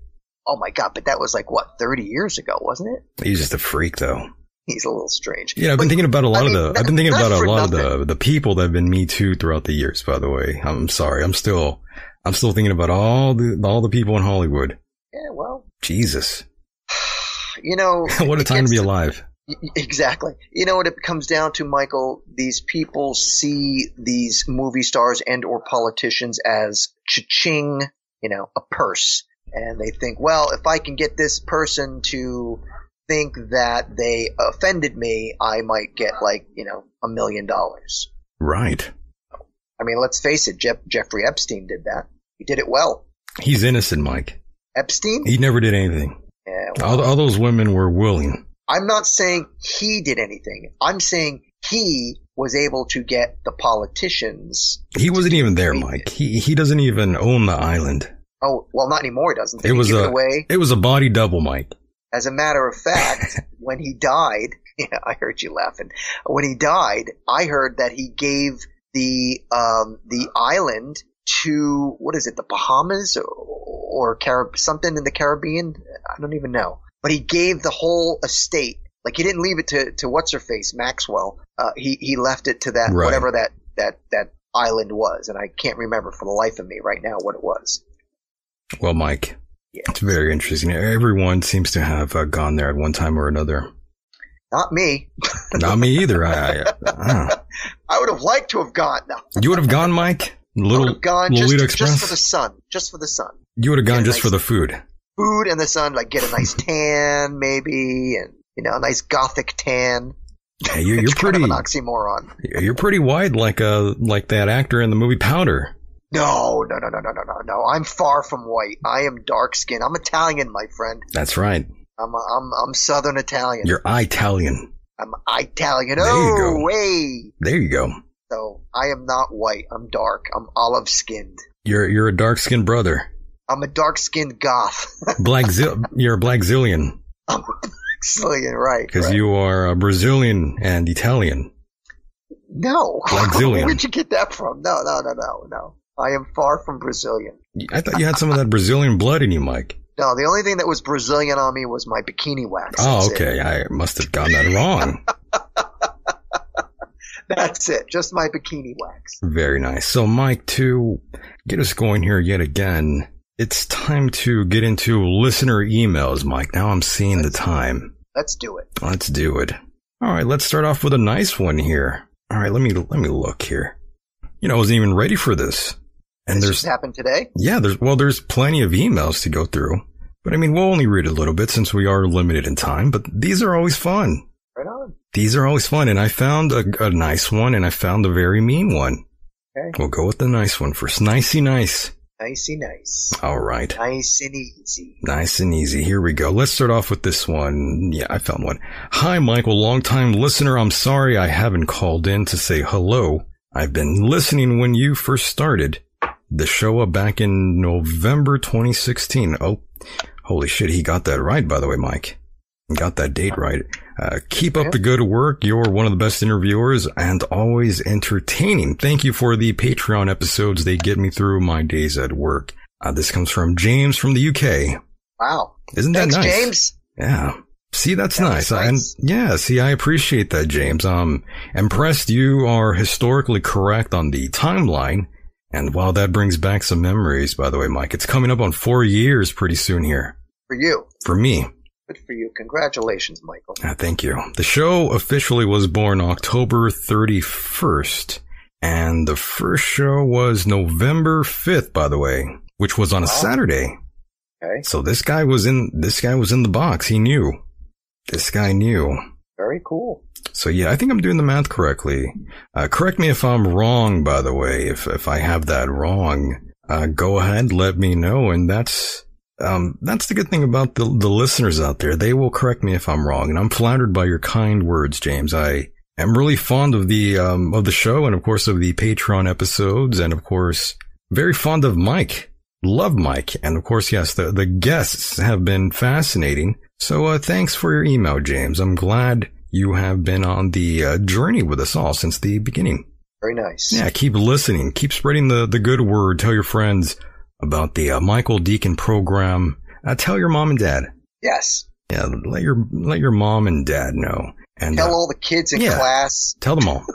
[SPEAKER 2] Oh my god! But that was like what thirty years ago, wasn't it?
[SPEAKER 1] He's just a freak, though.
[SPEAKER 2] He's a little strange.
[SPEAKER 1] Yeah, I've been
[SPEAKER 2] But
[SPEAKER 1] thinking about a lot
[SPEAKER 2] I mean,
[SPEAKER 1] of the. I've
[SPEAKER 2] not-
[SPEAKER 1] been thinking
[SPEAKER 2] not
[SPEAKER 1] about a
[SPEAKER 2] for
[SPEAKER 1] lot of the
[SPEAKER 2] nothing.
[SPEAKER 1] the people that have been Me Too throughout the years. By the way, I'm sorry. I'm still. I'm still thinking about all the all the people in Hollywood.
[SPEAKER 2] Yeah, well,
[SPEAKER 1] Jesus,
[SPEAKER 2] you know,
[SPEAKER 1] what a
[SPEAKER 2] it
[SPEAKER 1] time to
[SPEAKER 2] gets
[SPEAKER 1] be alive.
[SPEAKER 2] Y- y- Exactly. You know what it comes down to, Michael? These people see these movie stars and or politicians as cha-ching, you know, a purse. And they think, well, if I can get this person to think that they offended me, I might get like, you know, a million dollars.
[SPEAKER 1] Right.
[SPEAKER 2] I mean, let's face it, Jeff- Jeffrey Epstein did that. He did it well.
[SPEAKER 1] He's innocent, Mike.
[SPEAKER 2] Epstein?
[SPEAKER 1] He never did anything.
[SPEAKER 2] Yeah, well,
[SPEAKER 1] All, all those women were willing.
[SPEAKER 2] I'm not saying he did anything. I'm saying he was able to get the politicians
[SPEAKER 1] He wasn't even there, Mike. He he doesn't even own the island.
[SPEAKER 2] Oh, well, not anymore, he doesn't. They
[SPEAKER 1] It was
[SPEAKER 2] give
[SPEAKER 1] a
[SPEAKER 2] it away.
[SPEAKER 1] it was a body double, Mike.
[SPEAKER 2] As a matter of fact, when he died, yeah, I heard you laughing. When he died, I heard that he gave the um, the island to what is it, the Bahamas or, or Carib- something in the Caribbean? I don't even know. But he gave the whole estate. Like he didn't leave it to, to what's her face Maxwell. Uh, he he left it to that
[SPEAKER 1] Right.
[SPEAKER 2] whatever that that that island was, and I can't remember for the life of me right now what it was.
[SPEAKER 1] Well, Mike,
[SPEAKER 2] Yeah.
[SPEAKER 1] it's very interesting. Everyone seems to have uh, gone there at one time or another.
[SPEAKER 2] Not me.
[SPEAKER 1] Not me either. I, I, uh,
[SPEAKER 2] I would have liked to have gone. No,
[SPEAKER 1] you would have gone, Mike.
[SPEAKER 2] I
[SPEAKER 1] Little
[SPEAKER 2] would have gone
[SPEAKER 1] Lolita
[SPEAKER 2] just,
[SPEAKER 1] Express.
[SPEAKER 2] just for the sun, just for the sun,
[SPEAKER 1] you would have gone
[SPEAKER 2] Yeah,
[SPEAKER 1] just
[SPEAKER 2] nice.
[SPEAKER 1] for the food.
[SPEAKER 2] food and the sun. Like get a nice tan, maybe, and you know, a nice gothic tan.
[SPEAKER 1] Hey, you,
[SPEAKER 2] It's
[SPEAKER 1] you're
[SPEAKER 2] kind
[SPEAKER 1] pretty.
[SPEAKER 2] of an oxymoron.
[SPEAKER 1] You're pretty wide, like uh, like that actor in the movie Powder.
[SPEAKER 2] No, no, no, no, no, no, no, no. I'm far from white. I am dark skinned. I'm Italian, my friend.
[SPEAKER 1] That's right.
[SPEAKER 2] I'm I'm I'm Southern Italian.
[SPEAKER 1] You're Italian.
[SPEAKER 2] I'm Italian.
[SPEAKER 1] There you
[SPEAKER 2] Oh,
[SPEAKER 1] go.
[SPEAKER 2] way.
[SPEAKER 1] There you go.
[SPEAKER 2] So I am not white. I'm dark. I'm olive skinned.
[SPEAKER 1] You're you're a dark skinned brother.
[SPEAKER 2] I'm a dark skinned goth.
[SPEAKER 1] Black zil- You're a black zillion
[SPEAKER 2] I'm Brazilian, right?
[SPEAKER 1] because
[SPEAKER 2] right.
[SPEAKER 1] you are uh, Brazilian and Italian.
[SPEAKER 2] No.
[SPEAKER 1] Like Zillion.
[SPEAKER 2] Where'd you get that from? No, no, no, no, no. I am far from Brazilian.
[SPEAKER 1] I thought you had some of that Brazilian blood in you, Mike.
[SPEAKER 2] No, the only thing that was Brazilian on me was my bikini wax.
[SPEAKER 1] Oh,
[SPEAKER 2] That's It.
[SPEAKER 1] okay. I must have gotten that wrong.
[SPEAKER 2] That's it. Just my bikini wax.
[SPEAKER 1] Very nice. So, Mike, to get us going here yet again, it's time to get into listener emails, Mike. Now I'm seeing the time.
[SPEAKER 2] Let's do it.
[SPEAKER 1] Let's do it. All right, let's start off with a nice one here. All right, let me let me look here. You know, I wasn't even ready for this. And
[SPEAKER 2] this
[SPEAKER 1] there's
[SPEAKER 2] just happened today.
[SPEAKER 1] yeah, there's well, there's plenty of emails to go through. But I mean, we'll only read a little bit since we are limited in time, but these are always fun.
[SPEAKER 2] Right on.
[SPEAKER 1] These are always fun, and I found a, a nice one, and I found a very mean one.
[SPEAKER 2] Okay.
[SPEAKER 1] We'll go with the nice one first. Nicey nice.
[SPEAKER 2] Nicey nice.
[SPEAKER 1] All right.
[SPEAKER 2] Nice and easy.
[SPEAKER 1] Nice and easy. Here we go. Let's start off with this one. Yeah, I found one. Hi, Michael, longtime listener. I'm sorry I haven't called in to say hello. I've been listening when you first started the show up back in November 2016. Oh, holy shit. He got that right, by the way, Mike. Got that date right. Uh, keep up the good work. You're one of the best interviewers and always entertaining. Thank you for the Patreon episodes. They get me through my days at work. Uh, this comes from James from the UK.
[SPEAKER 2] Wow.
[SPEAKER 1] Isn't that
[SPEAKER 2] Thanks,
[SPEAKER 1] nice?
[SPEAKER 2] James.
[SPEAKER 1] Yeah. See, that's
[SPEAKER 2] That
[SPEAKER 1] nice.
[SPEAKER 2] was
[SPEAKER 1] I-
[SPEAKER 2] nice.
[SPEAKER 1] And yeah, see, I appreciate that, James. I'm impressed you are historically correct on the timeline. And while that brings back some memories, by the way, Mike, it's coming up on four years pretty soon here
[SPEAKER 2] For you.
[SPEAKER 1] for me.
[SPEAKER 2] Good for you. Congratulations, Michael.
[SPEAKER 1] Ah, thank you. The show officially was born October 31st, and the first show was November 5th, by the way, which was on a
[SPEAKER 2] Wow.
[SPEAKER 1] Saturday.
[SPEAKER 2] Okay.
[SPEAKER 1] So this guy was in, this guy was in the box. He knew. This guy knew.
[SPEAKER 2] Very cool.
[SPEAKER 1] So yeah, I think I'm doing the math correctly. Uh, correct me if I'm wrong, by the way. If if I have that wrong, uh, go ahead, let me know. And that's um, that's the good thing about the the listeners out there. They will correct me if I'm wrong, and I'm flattered by your kind words, James. I am really fond of the um, of the show, and of course of the Patreon episodes, and of course very fond of Mike. Love Mike, and of course, yes, the the guests have been fascinating. So uh, thanks for your email, James. I'm glad you have been on the uh, journey with us all since the beginning.
[SPEAKER 2] Very nice.
[SPEAKER 1] Yeah, keep listening, keep spreading the the good word. Tell your friends about the uh, Michael Deacon program. Uh, tell your mom and dad.
[SPEAKER 2] Yes.
[SPEAKER 1] Yeah, let your let your mom and dad know. And uh,
[SPEAKER 2] Tell all the kids in
[SPEAKER 1] yeah.
[SPEAKER 2] class,
[SPEAKER 1] Tell them all.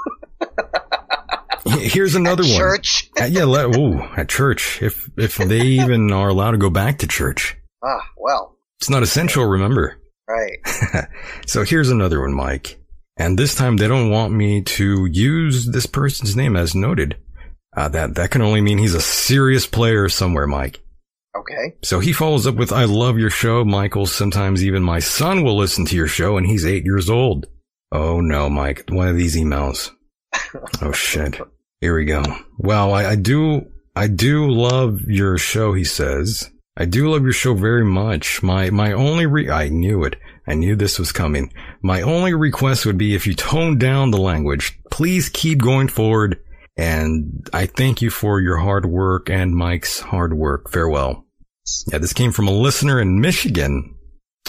[SPEAKER 1] Here's another one.
[SPEAKER 2] church.
[SPEAKER 1] Uh, yeah, let, ooh, at church, if if they even are allowed to go back to church,
[SPEAKER 2] Ah, well,
[SPEAKER 1] it's not essential. Remember.
[SPEAKER 2] right.
[SPEAKER 1] So here's another one, Mike. And this time they don't want me to use this person's name as noted. Uh, that that can only mean he's a serious player somewhere, Mike.
[SPEAKER 2] Okay.
[SPEAKER 1] So he follows up with, "I love your show, Michael. Sometimes even my son will listen to your show, and he's eight years old." Oh no, Mike! One of these emails. Oh shit! Here we go. Wow, I, I do, I do love your show. He says, "I do love your show very much." My my only re- I knew it. I knew this was coming. My only request would be if you tone down the language. Please keep going forward. And I thank you for your hard work and Mike's hard work. Farewell. Yeah, this came from a listener in Michigan.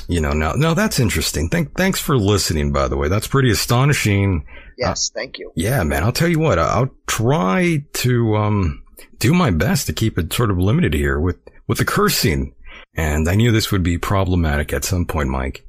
[SPEAKER 1] You know, now, now that's interesting. Thank, thanks for listening, by the way. That's pretty astonishing.
[SPEAKER 2] Yes, thank you.
[SPEAKER 1] Yeah, man. I'll tell you what. I- I'll try to um do my best to keep it sort of limited here with with the cursing. And I knew this would be problematic at some point, Mike.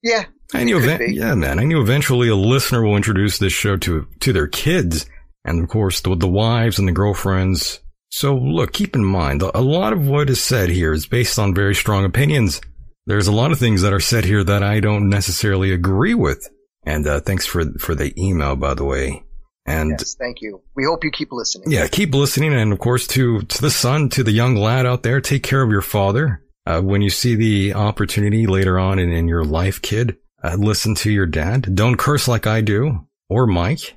[SPEAKER 2] Yeah,
[SPEAKER 1] I knew,
[SPEAKER 2] could
[SPEAKER 1] event-
[SPEAKER 2] be.
[SPEAKER 1] yeah, man. I knew eventually a listener will introduce this show to to their kids, and of course the, the wives and the girlfriends. So look, keep in mind a a lot of what is said here is based on very strong opinions. There's a lot of things that are said here that I don't necessarily agree with. And uh, thanks for for the email, by the way. And
[SPEAKER 2] yes, thank you. We hope you keep listening.
[SPEAKER 1] yeah, keep listening, and of course to to the son, to the young lad out there, take care of your father. Uh, when you see the opportunity later on in, in your life, kid, uh, listen to your dad. Don't curse like I do or Mike.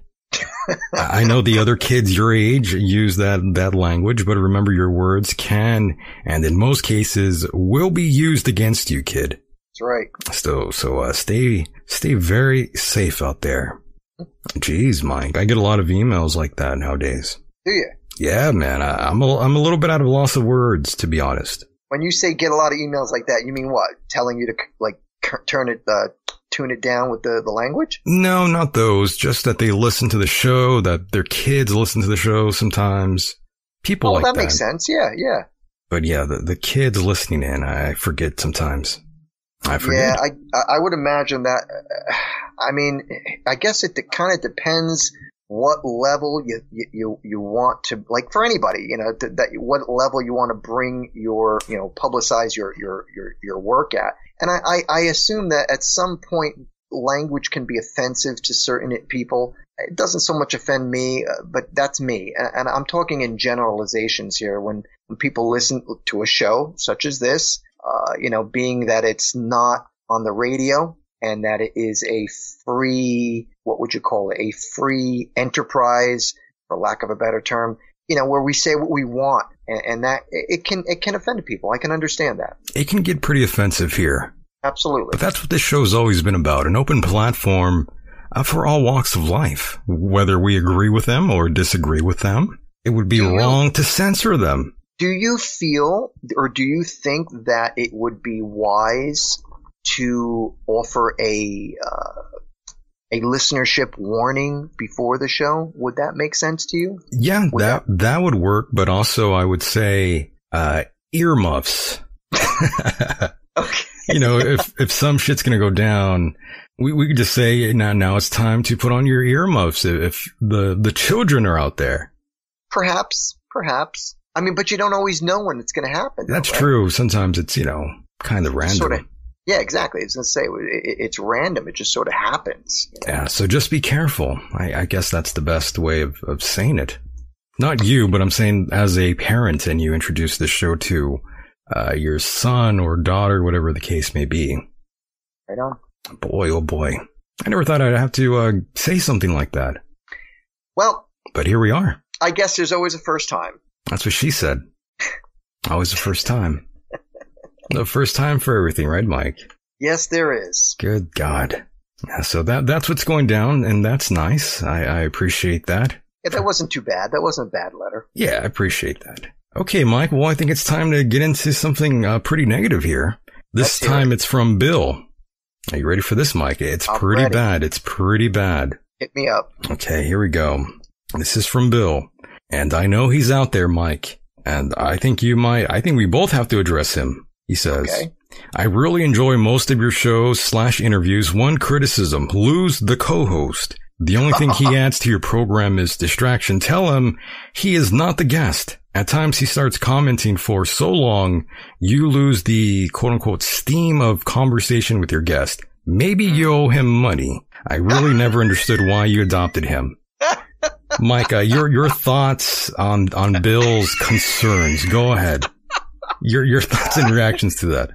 [SPEAKER 1] I I know the other kids your age use that that language, but remember your words can and in most cases will be used against you, kid.
[SPEAKER 2] That's right.
[SPEAKER 1] So so uh, stay stay very safe out there. Jeez, Mike, I get a lot of emails like that nowadays.
[SPEAKER 2] Do you?
[SPEAKER 1] Yeah, man, I, I'm a, I'm a little bit out of loss of words, to be honest.
[SPEAKER 2] When you say get a lot of emails like that, you mean what? Telling you to like cur- turn it, uh, tune it down with the, the language?
[SPEAKER 1] No, not those. Just that they listen to the show, that their kids listen to the show sometimes. People
[SPEAKER 2] oh,
[SPEAKER 1] like
[SPEAKER 2] that,
[SPEAKER 1] that.
[SPEAKER 2] makes sense. Yeah, yeah,
[SPEAKER 1] But yeah, the, the kids listening in, I forget sometimes. I
[SPEAKER 2] yeah.
[SPEAKER 1] forget.
[SPEAKER 2] I I- I would imagine that. Uh, I mean, I guess it de- kind of depends what level you, you you you want to like for anybody. You know th- that what level you want to bring your you know publicize your your your your work at. And I I, I assume that at some point language can be offensive to certain people. It doesn't so much offend me, uh, but that's me. And, and I'm talking in generalizations here. When, when people listen to a show such as this, uh, you know, being that it's not on the radio and that it is a free, what would you call it? A free enterprise, for lack of a better term, you know, where we say what we want. And, and that it it can, it can offend people. I can understand that.
[SPEAKER 1] It can get pretty offensive here.
[SPEAKER 2] Absolutely.
[SPEAKER 1] But that's what this show's always been about an open platform uh, for all walks of life. Whether we agree with them or disagree with them, it would be
[SPEAKER 2] Do you-
[SPEAKER 1] wrong to censor them.
[SPEAKER 2] Do you feel or do you think that it would be wise to offer a uh, a listenership warning before the show. Would that make sense to you?
[SPEAKER 1] Yeah,
[SPEAKER 2] Would
[SPEAKER 1] that that would work, but also I would say uh, earmuffs.
[SPEAKER 2] Okay.
[SPEAKER 1] you know, if if some shit's gonna go down, we we could just say now now it's time to put on your earmuffs if, if the the children are out there.
[SPEAKER 2] Perhaps, perhaps. I mean, but you don't always know when it's going to happen. though,
[SPEAKER 1] That's
[SPEAKER 2] right?
[SPEAKER 1] true. Sometimes it's you know kind of random.
[SPEAKER 2] Sort of. Yeah, exactly. It's going to say it, it- it's random. It just sort of happens. you know?
[SPEAKER 1] Yeah, so just be careful. I, I guess that's the best way of, of saying it. Not you, but I'm saying as a parent and you introduce the show to uh, your son or daughter, whatever the case may be.
[SPEAKER 2] Right on.
[SPEAKER 1] Boy, oh boy. I never thought I'd have to uh, say something like that.
[SPEAKER 2] Well,
[SPEAKER 1] But here we are.
[SPEAKER 2] I guess there's always a first time.
[SPEAKER 1] That's what she said. Always the first time. The first time for everything, right, Mike?
[SPEAKER 2] Yes, there is.
[SPEAKER 1] Good God. Yeah, so that that's what's going down, and that's nice. I, I appreciate that.
[SPEAKER 2] Yeah, that wasn't too bad. That wasn't a bad letter.
[SPEAKER 1] Yeah, I appreciate that. Okay, Mike. Well, I think it's time to get into something uh, pretty negative here. This
[SPEAKER 2] Let's hear
[SPEAKER 1] time it's from Bill. Are you ready for this, Mike? It's
[SPEAKER 2] I'm
[SPEAKER 1] pretty
[SPEAKER 2] ready.
[SPEAKER 1] bad. It's pretty bad.
[SPEAKER 2] Hit me up.
[SPEAKER 1] Okay, here we go. This is from Bill. And I know he's out there, Mike. And I think you might, I think we both have to address him. He says,
[SPEAKER 2] Okay.
[SPEAKER 1] I really enjoy most of your shows slash interviews. One criticism, lose the co-host. The only thing he adds to your program is distraction. Tell him he is not the guest. At times he starts commenting for so long, you lose the quote unquote steam of conversation with your guest. Maybe you owe him money. I really never understood why you adopted him. Micah, your your thoughts on on Bill's concerns. Go ahead. Your your thoughts and reactions to that.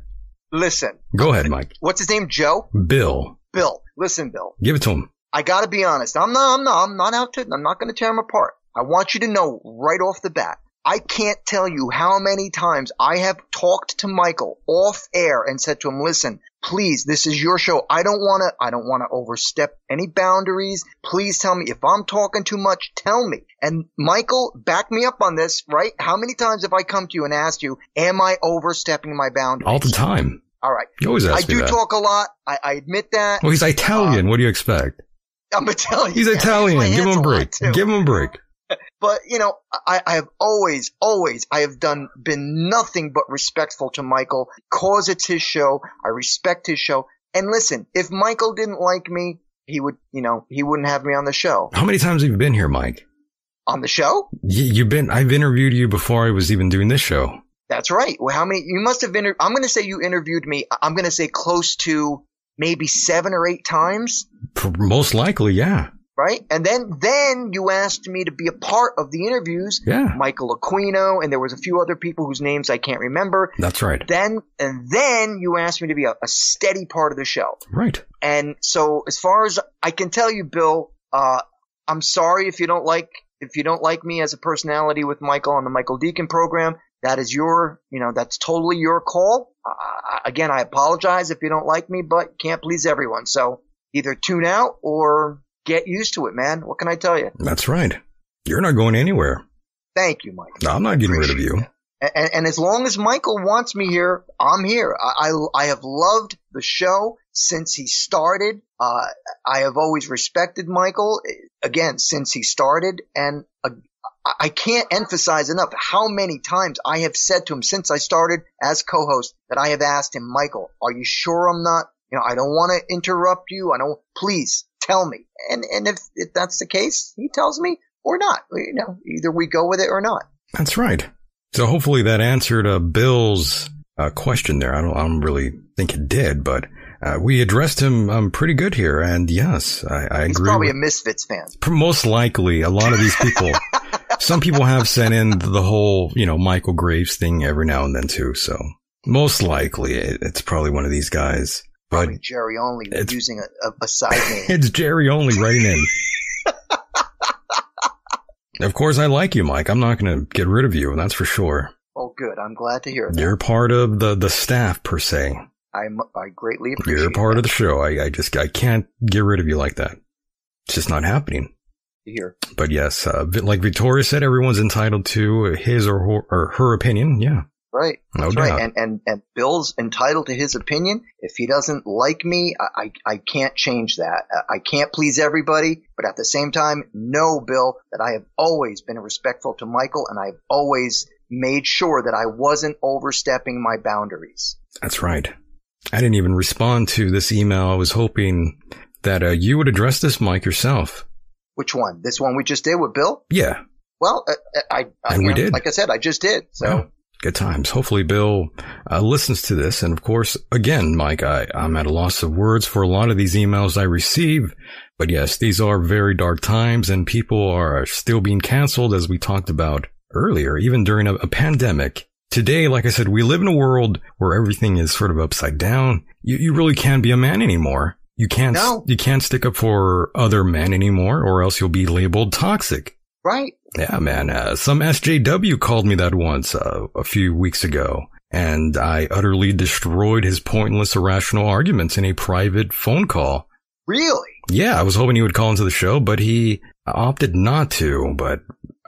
[SPEAKER 2] Listen,
[SPEAKER 1] Go ahead, Mike.
[SPEAKER 2] what's his name? Joe?
[SPEAKER 1] Bill,
[SPEAKER 2] Bill. Listen, Bill.
[SPEAKER 1] give it to him.
[SPEAKER 2] I gotta be honest. I'm not. I'm not. I'm not out to. I'm not gonna tear him apart. I want you to know right off the bat. I can't tell you how many times I have talked to Michael off air and said to him, "Listen, please, this is your show. I don't want to. I don't want to overstep any boundaries. Please tell me if I'm talking too much. Tell me." And Michael, back me up on this, right? How many times have I come to you and asked you, "Am I overstepping my boundaries?"
[SPEAKER 1] All the time.
[SPEAKER 2] All right.
[SPEAKER 1] You always
[SPEAKER 2] I
[SPEAKER 1] ask me
[SPEAKER 2] do
[SPEAKER 1] that.
[SPEAKER 2] talk a lot. I, I admit that.
[SPEAKER 1] well, he's Italian. what do you expect?
[SPEAKER 2] I'm Italian.
[SPEAKER 1] He's
[SPEAKER 2] Yeah, I use
[SPEAKER 1] Italian.
[SPEAKER 2] my
[SPEAKER 1] Give
[SPEAKER 2] hands
[SPEAKER 1] him a break.
[SPEAKER 2] lot, too.
[SPEAKER 1] Give him a break.
[SPEAKER 2] but you know, I, I have always, always, I have done been nothing but respectful to Michael. Cause it's his show. I respect his show. And listen, if Michael didn't like me, he would, you know, he wouldn't have me on the show.
[SPEAKER 1] How many times have you been here, Mike?
[SPEAKER 2] On the show?
[SPEAKER 1] You, you've been. I've interviewed you before I was even doing this show.
[SPEAKER 2] That's right. Well, how many? You must have inter- I'm going to say you interviewed me. I- I'm going to say close to maybe seven or eight times.
[SPEAKER 1] P- Most likely, yeah,
[SPEAKER 2] Right. And then, then you asked me to be a part of the interviews.
[SPEAKER 1] yeah.
[SPEAKER 2] Michael Aquino, and there was a few other people whose names I can't remember.
[SPEAKER 1] That's right.
[SPEAKER 2] then and then you asked me to be a, a steady part of the show
[SPEAKER 1] Right.
[SPEAKER 2] and so as far as i can tell you bill uh, i'm sorry if you don't like if you don't like me as a personality with michael on the michael deacon program that is your you know that's totally your call uh, again i apologize if you don't like me but can't please everyone so either tune out or get used to it man what can i tell you
[SPEAKER 1] That's right. You're not going anywhere.
[SPEAKER 2] thank you michael
[SPEAKER 1] No, I'm not getting rid of you.
[SPEAKER 2] and, and as long as Michael wants me here, I'm here. I, I, I have loved the show since he started. Uh, I have always respected Michael eh, again since he started, and uh, I- I can't emphasize enough how many times I have said to him since I started as co-host that I have asked him, Michael, are you sure I'm not? You know, I don't want to interrupt you. I don't. Please tell me. And and if, if that's the case, he tells me or not. You know, either we go with it or not.
[SPEAKER 1] That's right. So hopefully that answered uh, Bill's uh, question there. I don't, I don't really think it did, but uh, we addressed him um, pretty good here. And yes, I, I
[SPEAKER 2] He's
[SPEAKER 1] agree.
[SPEAKER 2] probably
[SPEAKER 1] with-
[SPEAKER 2] a Misfits fan.
[SPEAKER 1] most likely, a lot of these people. some people have sent in the whole, you know, Michael Graves thing every now and then too. So most likely, it, it's probably one of these guys. But
[SPEAKER 2] Probably Jerry only
[SPEAKER 1] It's-
[SPEAKER 2] using a, a, a side name.
[SPEAKER 1] It's Jerry only writing in. of course, I like you, Mike. I'm not going to get rid of you, that's for sure.
[SPEAKER 2] oh, good. I'm glad to hear that.
[SPEAKER 1] You're part of the, the staff, per se.
[SPEAKER 2] I'm, I greatly appreciate
[SPEAKER 1] You're part of the show. I, I just I can't get rid of you like that. It's just not happening.
[SPEAKER 2] to hear.
[SPEAKER 1] But yes, uh, vi- like Victoria said, everyone's entitled to his or her, or her opinion. Yeah,
[SPEAKER 2] Right.
[SPEAKER 1] No
[SPEAKER 2] That's
[SPEAKER 1] doubt.
[SPEAKER 2] right. And, and, and Bill's entitled to his opinion. If he doesn't like me, I, I, I can't change that. I I can't please everybody. But at the same time, know, Bill, that I have always been respectful to Michael and I've always made sure that I wasn't overstepping my boundaries.
[SPEAKER 1] That's right. I didn't even respond to this email. I was hoping that uh, you would address this, Mike, yourself.
[SPEAKER 2] Which one? This one we just did with Bill?
[SPEAKER 1] Yeah.
[SPEAKER 2] Well, I, I, I
[SPEAKER 1] And we
[SPEAKER 2] you know,
[SPEAKER 1] did.
[SPEAKER 2] like I said, I just did. So
[SPEAKER 1] Yeah. Good times. Hopefully, Bill uh, listens to this. And of course, again, Mike, I, I'm at a loss of words for a lot of these emails I receive. But yes, these are very dark times, and people are still being canceled, as we talked about earlier, even during a, a pandemic. Today, like I said, we live in a world where everything is sort of upside down. You, you really can't be a man anymore. You can't,
[SPEAKER 2] No.
[SPEAKER 1] you can't stick up for other men anymore, or else you'll be labeled toxic.
[SPEAKER 2] right.
[SPEAKER 1] Yeah, man. Uh, some SJW called me that once uh, a few weeks ago, and I utterly destroyed his pointless, irrational arguments in a private phone call.
[SPEAKER 2] Really?
[SPEAKER 1] Yeah, I was hoping he would call into the show, but he opted not to. But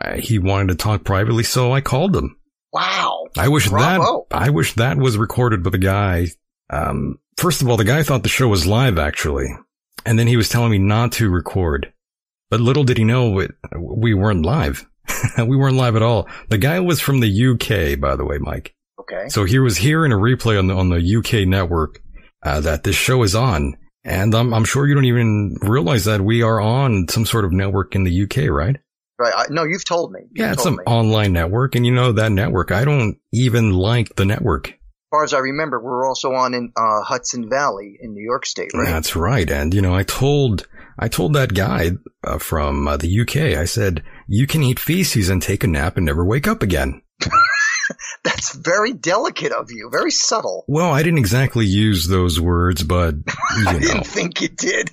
[SPEAKER 1] uh, he wanted to talk privately, so I called him.
[SPEAKER 2] Wow.
[SPEAKER 1] I wish
[SPEAKER 2] Bravo.
[SPEAKER 1] that I wish that was recorded, but the guy. Um, first of all, the guy thought the show was live actually, and then he was telling me not to record. But little did he know it, we weren't live. we weren't live at all. The guy was from the UK, by the way, Mike.
[SPEAKER 2] Okay.
[SPEAKER 1] So he was here in a replay on the on the UK network uh, that this show is on, and I'm I'm sure you don't even realize that we are on some sort of network in the UK, right?
[SPEAKER 2] Right. I, no, you've told me. You've
[SPEAKER 1] Yeah, it's some
[SPEAKER 2] told me.
[SPEAKER 1] online network, and you know that network. I don't even like the network.
[SPEAKER 2] As far as I remember, we were also on in uh, Hudson Valley in New York State, right?
[SPEAKER 1] That's right. And you know, I told I told that guy uh, from uh, the UK. I said, "You can eat feces and take a nap and never wake up again."
[SPEAKER 2] That's very delicate of you, very subtle.
[SPEAKER 1] Well, I didn't exactly use those words, but you
[SPEAKER 2] I
[SPEAKER 1] know,
[SPEAKER 2] didn't think you did.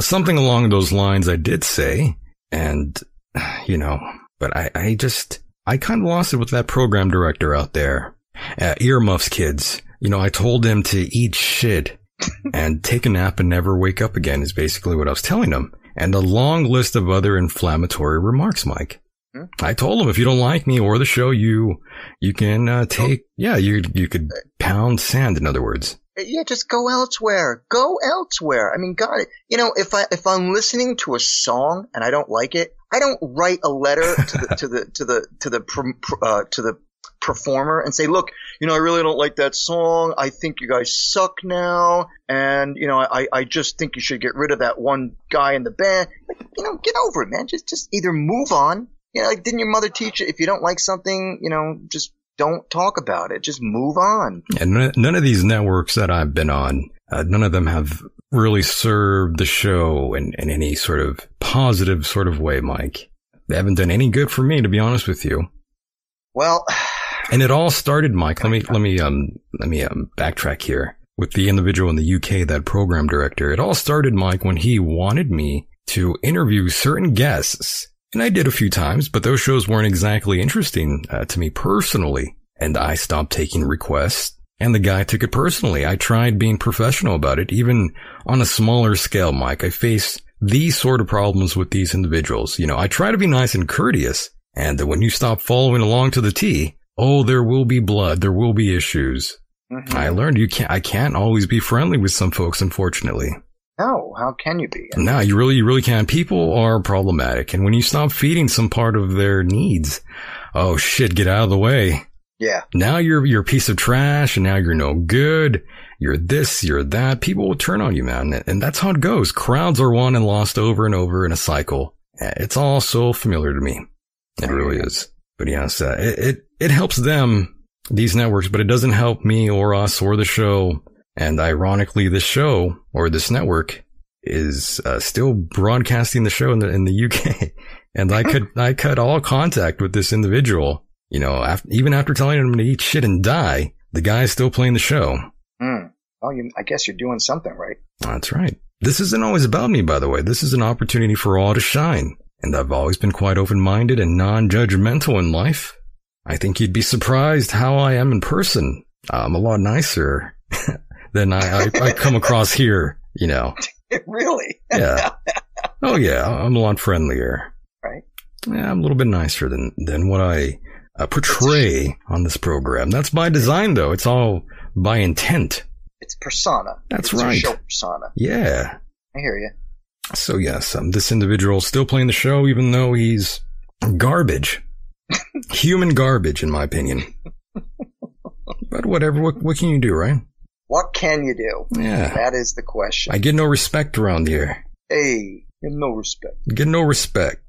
[SPEAKER 1] something along those lines I did say. And you know, but I I just I kind of lost it with that program director out there. Uh, earmuffs kids. You know, I told him to eat shit and take a nap and never wake up again is basically what I was telling him. And a long list of other inflammatory remarks, Mike.
[SPEAKER 2] Hmm.
[SPEAKER 1] I told him if you don't like me or the show, you you can uh, take yeah you you could pound sand. In other words,
[SPEAKER 2] yeah, just go elsewhere. Go elsewhere. I mean, God, you know, if I if I'm listening to a song and I don't like it, I don't write a letter to the to the to the to the prom- pr- uh, to the performer and say, look, you know, I really don't like that song. I think you guys suck now, and you know, I I just think you should get rid of that one guy in the band. Like, you know, get over it, man. Just just either move on. You know, like didn't your mother teach you if you don't like something, you know, just don't talk about it. Just move on.
[SPEAKER 1] and none, none of these networks that I've been on, uh, none of them have really served the show in, in any sort of positive sort of way, Mike. They haven't done any good for me, to be honest with you.
[SPEAKER 2] Well.
[SPEAKER 1] And it all started, Mike. Let me let me um let me um backtrack here with the individual in the UK, that program director. It all started, Mike, when he wanted me to interview certain guests, and I did a few times, but those shows weren't exactly interesting uh, to me personally, and I stopped taking requests. And the guy took it personally. I tried being professional about it, even on a smaller scale, Mike. I faced these sort of problems with these individuals. You know, I try to be nice and courteous, and when you stop following along to the T, oh, there will be blood, there will be issues.
[SPEAKER 2] mhm.
[SPEAKER 1] I learned you can't, I can't always be friendly with some folks, unfortunately.
[SPEAKER 2] No, how can you be?
[SPEAKER 1] No, you really, you really can't. People are problematic, and when you stop feeding some part of their needs, oh shit, get out of the way.
[SPEAKER 2] Yeah,
[SPEAKER 1] Now you're you're a piece of trash, and now you're no good. You're this, you're that. People will turn on you, man, and that's how it goes. Crowds are won and lost over and over in a cycle. Eh, It's all so familiar to me. It really is. But yes, uh, it, it it helps them these networks, but it doesn't help me or us or the show. And ironically, this show or this network is uh, still broadcasting the show in the in the UK. And I could I cut all contact with this individual. You know, af even after telling him to eat shit and die, the guy is still playing the show.
[SPEAKER 2] Hmm. Well, you, I guess you're doing something right.
[SPEAKER 1] That's right. This isn't always about me, by the way. This is an opportunity for all to shine. And I've always been quite open minded and non judgmental in life. I think you'd be surprised how I am in person. I'm a lot nicer than I, I, I come across here, you know.
[SPEAKER 2] really?
[SPEAKER 1] Yeah. Oh, yeah, I'm a lot friendlier.
[SPEAKER 2] Right.
[SPEAKER 1] Yeah, I'm a little bit nicer than, than what I uh, portray on this program. That's by design, though. It's all by intent.
[SPEAKER 2] It's persona.
[SPEAKER 1] That's
[SPEAKER 2] it's a
[SPEAKER 1] right.
[SPEAKER 2] Show persona.
[SPEAKER 1] Yeah.
[SPEAKER 2] I hear you.
[SPEAKER 1] So yes, um, this individual's still playing the show, even though he's garbage, human garbage, in my opinion. but whatever. What, what can you do, right?
[SPEAKER 2] What can you do?
[SPEAKER 1] Yeah.
[SPEAKER 2] That is the question.
[SPEAKER 1] I get no respect around here.
[SPEAKER 2] hey, in no respect.
[SPEAKER 1] Get no respect.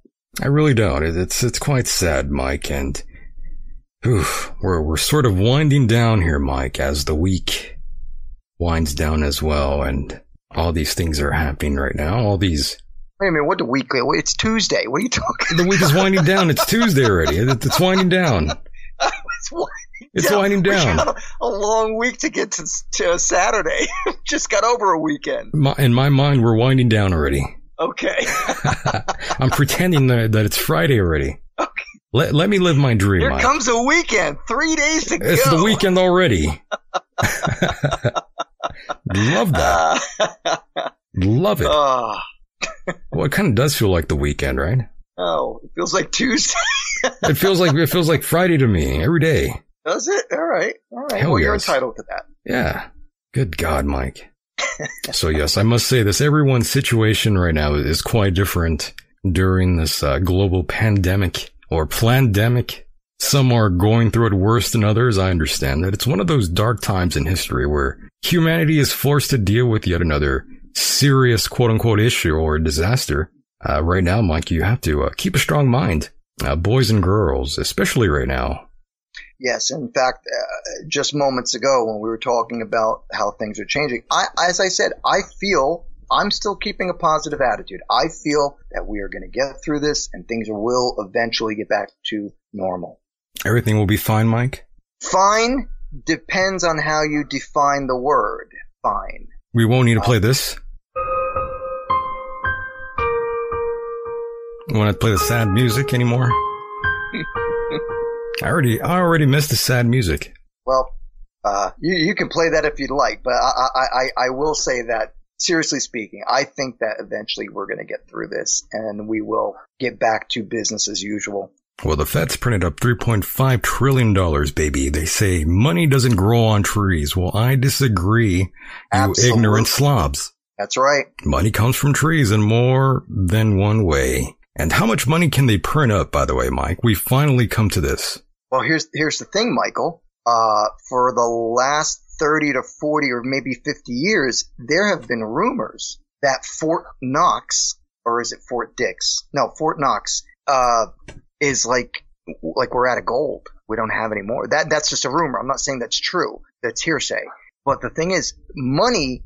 [SPEAKER 1] I really don't. It, it's it's quite sad, Mike, and oof, we're we're sort of winding down here, Mike, as the week winds down as well, and all these things are happening right now. All these
[SPEAKER 2] Wait a minute. What the week? wait, It's Tuesday. What are you talking?
[SPEAKER 1] the week is winding down. It's Tuesday already. It, it's winding down.
[SPEAKER 2] about? It's what?
[SPEAKER 1] It's
[SPEAKER 2] Yeah,
[SPEAKER 1] winding
[SPEAKER 2] We
[SPEAKER 1] down.
[SPEAKER 2] got a, a long week to get to, to Saturday. Just got over a weekend.
[SPEAKER 1] My, in my mind, we're winding down already.
[SPEAKER 2] Okay.
[SPEAKER 1] I'm pretending that, that it's Friday already.
[SPEAKER 2] Okay.
[SPEAKER 1] Let, let me live my dream.
[SPEAKER 2] Here
[SPEAKER 1] Mike.
[SPEAKER 2] comes a weekend. Three days to
[SPEAKER 1] It's
[SPEAKER 2] go.
[SPEAKER 1] the weekend already. Love that.
[SPEAKER 2] Uh,
[SPEAKER 1] Love it.
[SPEAKER 2] oh,
[SPEAKER 1] Well, it kind of does feel like the weekend, right?
[SPEAKER 2] oh, it feels like Tuesday,
[SPEAKER 1] It feels like it feels like Friday to me every day.
[SPEAKER 2] does it? All right. All right.
[SPEAKER 1] Hell
[SPEAKER 2] well, you're
[SPEAKER 1] yes.
[SPEAKER 2] entitled to that.
[SPEAKER 1] Yeah. Good God, Mike. so yes, I must say this. Everyone's situation right now is quite different during this uh, global pandemic or pandemic. Some are going through it worse than others. I understand that it's one of those dark times in history where humanity is forced to deal with yet another serious quote unquote issue or disaster. Uh, right now, Mike, you have to uh, keep a strong mind. Uh, boys and girls, especially right now.
[SPEAKER 2] Yes. In fact, uh, just moments ago when we were talking about how things are changing, I, as I said, I feel I'm still keeping a positive attitude. I feel that we are going to get through this and things will eventually get back to normal.
[SPEAKER 1] Everything will be fine, Mike.
[SPEAKER 2] Fine depends on how you define the word fine.
[SPEAKER 1] We won't need to play this. Want to play the sad music anymore? I already, I already missed the sad music.
[SPEAKER 2] Well, uh, you, you can play that if you'd like, but I, I, I, I will say that, seriously speaking, I think that eventually we're going to get through this and we will get back to business as usual.
[SPEAKER 1] Well, the Fed's printed up 3.5 trillion dollars, baby. They say money doesn't grow on trees. Well, I disagree. You
[SPEAKER 2] Absolutely.
[SPEAKER 1] ignorant slobs.
[SPEAKER 2] That's right.
[SPEAKER 1] Money comes from trees in more than one way. And how much money can they print up, by the way, Mike? We finally come to this.
[SPEAKER 2] Well, here's, here's the thing, Michael. Uh, for the last 30 to 40 or maybe 50 years, there have been rumors that Fort Knox, or is it Fort Dix? No, Fort Knox, uh, is like like we're out of gold. We don't have any more. That that's just a rumor. I'm not saying that's true. That's hearsay. But the thing is, money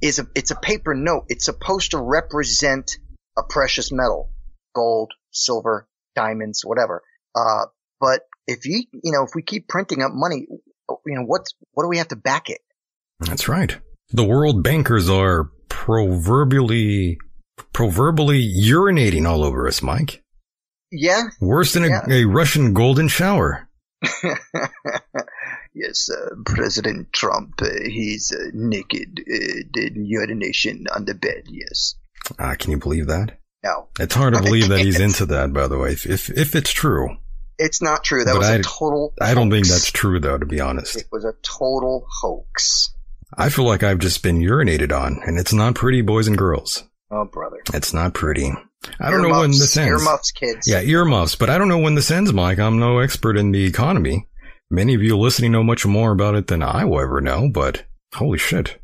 [SPEAKER 2] is a it's a paper note. It's supposed to represent a precious metal, gold, silver, diamonds, whatever. Uh, but if you you know if we keep printing up money, you know what what do we have to back it?
[SPEAKER 1] That's right. The world bankers are proverbially proverbially urinating all over us, Mike.
[SPEAKER 2] Yeah.
[SPEAKER 1] Worse than a,
[SPEAKER 2] Yeah.
[SPEAKER 1] a Russian golden shower.
[SPEAKER 2] yes, uh, President Trump, uh, he's uh, naked, uh, did urination on the bed. Yes.
[SPEAKER 1] Ah, can you believe that?
[SPEAKER 2] No,
[SPEAKER 1] It's hard to believe that he's
[SPEAKER 2] Yes.
[SPEAKER 1] into that, by the way. If if, if it's true,
[SPEAKER 2] It's not true. That
[SPEAKER 1] But
[SPEAKER 2] was
[SPEAKER 1] I-
[SPEAKER 2] a total.
[SPEAKER 1] I don't think
[SPEAKER 2] hoax.
[SPEAKER 1] that's true, though. To be honest,
[SPEAKER 2] It was a total hoax.
[SPEAKER 1] I feel like I've just been urinated on, and it's not pretty, boys and girls.
[SPEAKER 2] Oh, brother.
[SPEAKER 1] It's not pretty. I don't know when
[SPEAKER 2] Earmuffs.
[SPEAKER 1] this ends.
[SPEAKER 2] Earmuffs, kids.
[SPEAKER 1] Yeah, earmuffs. But I don't know when this ends, Mike. I'm no expert in the economy. Many of you listening know much more about it than I will ever know. But holy shit,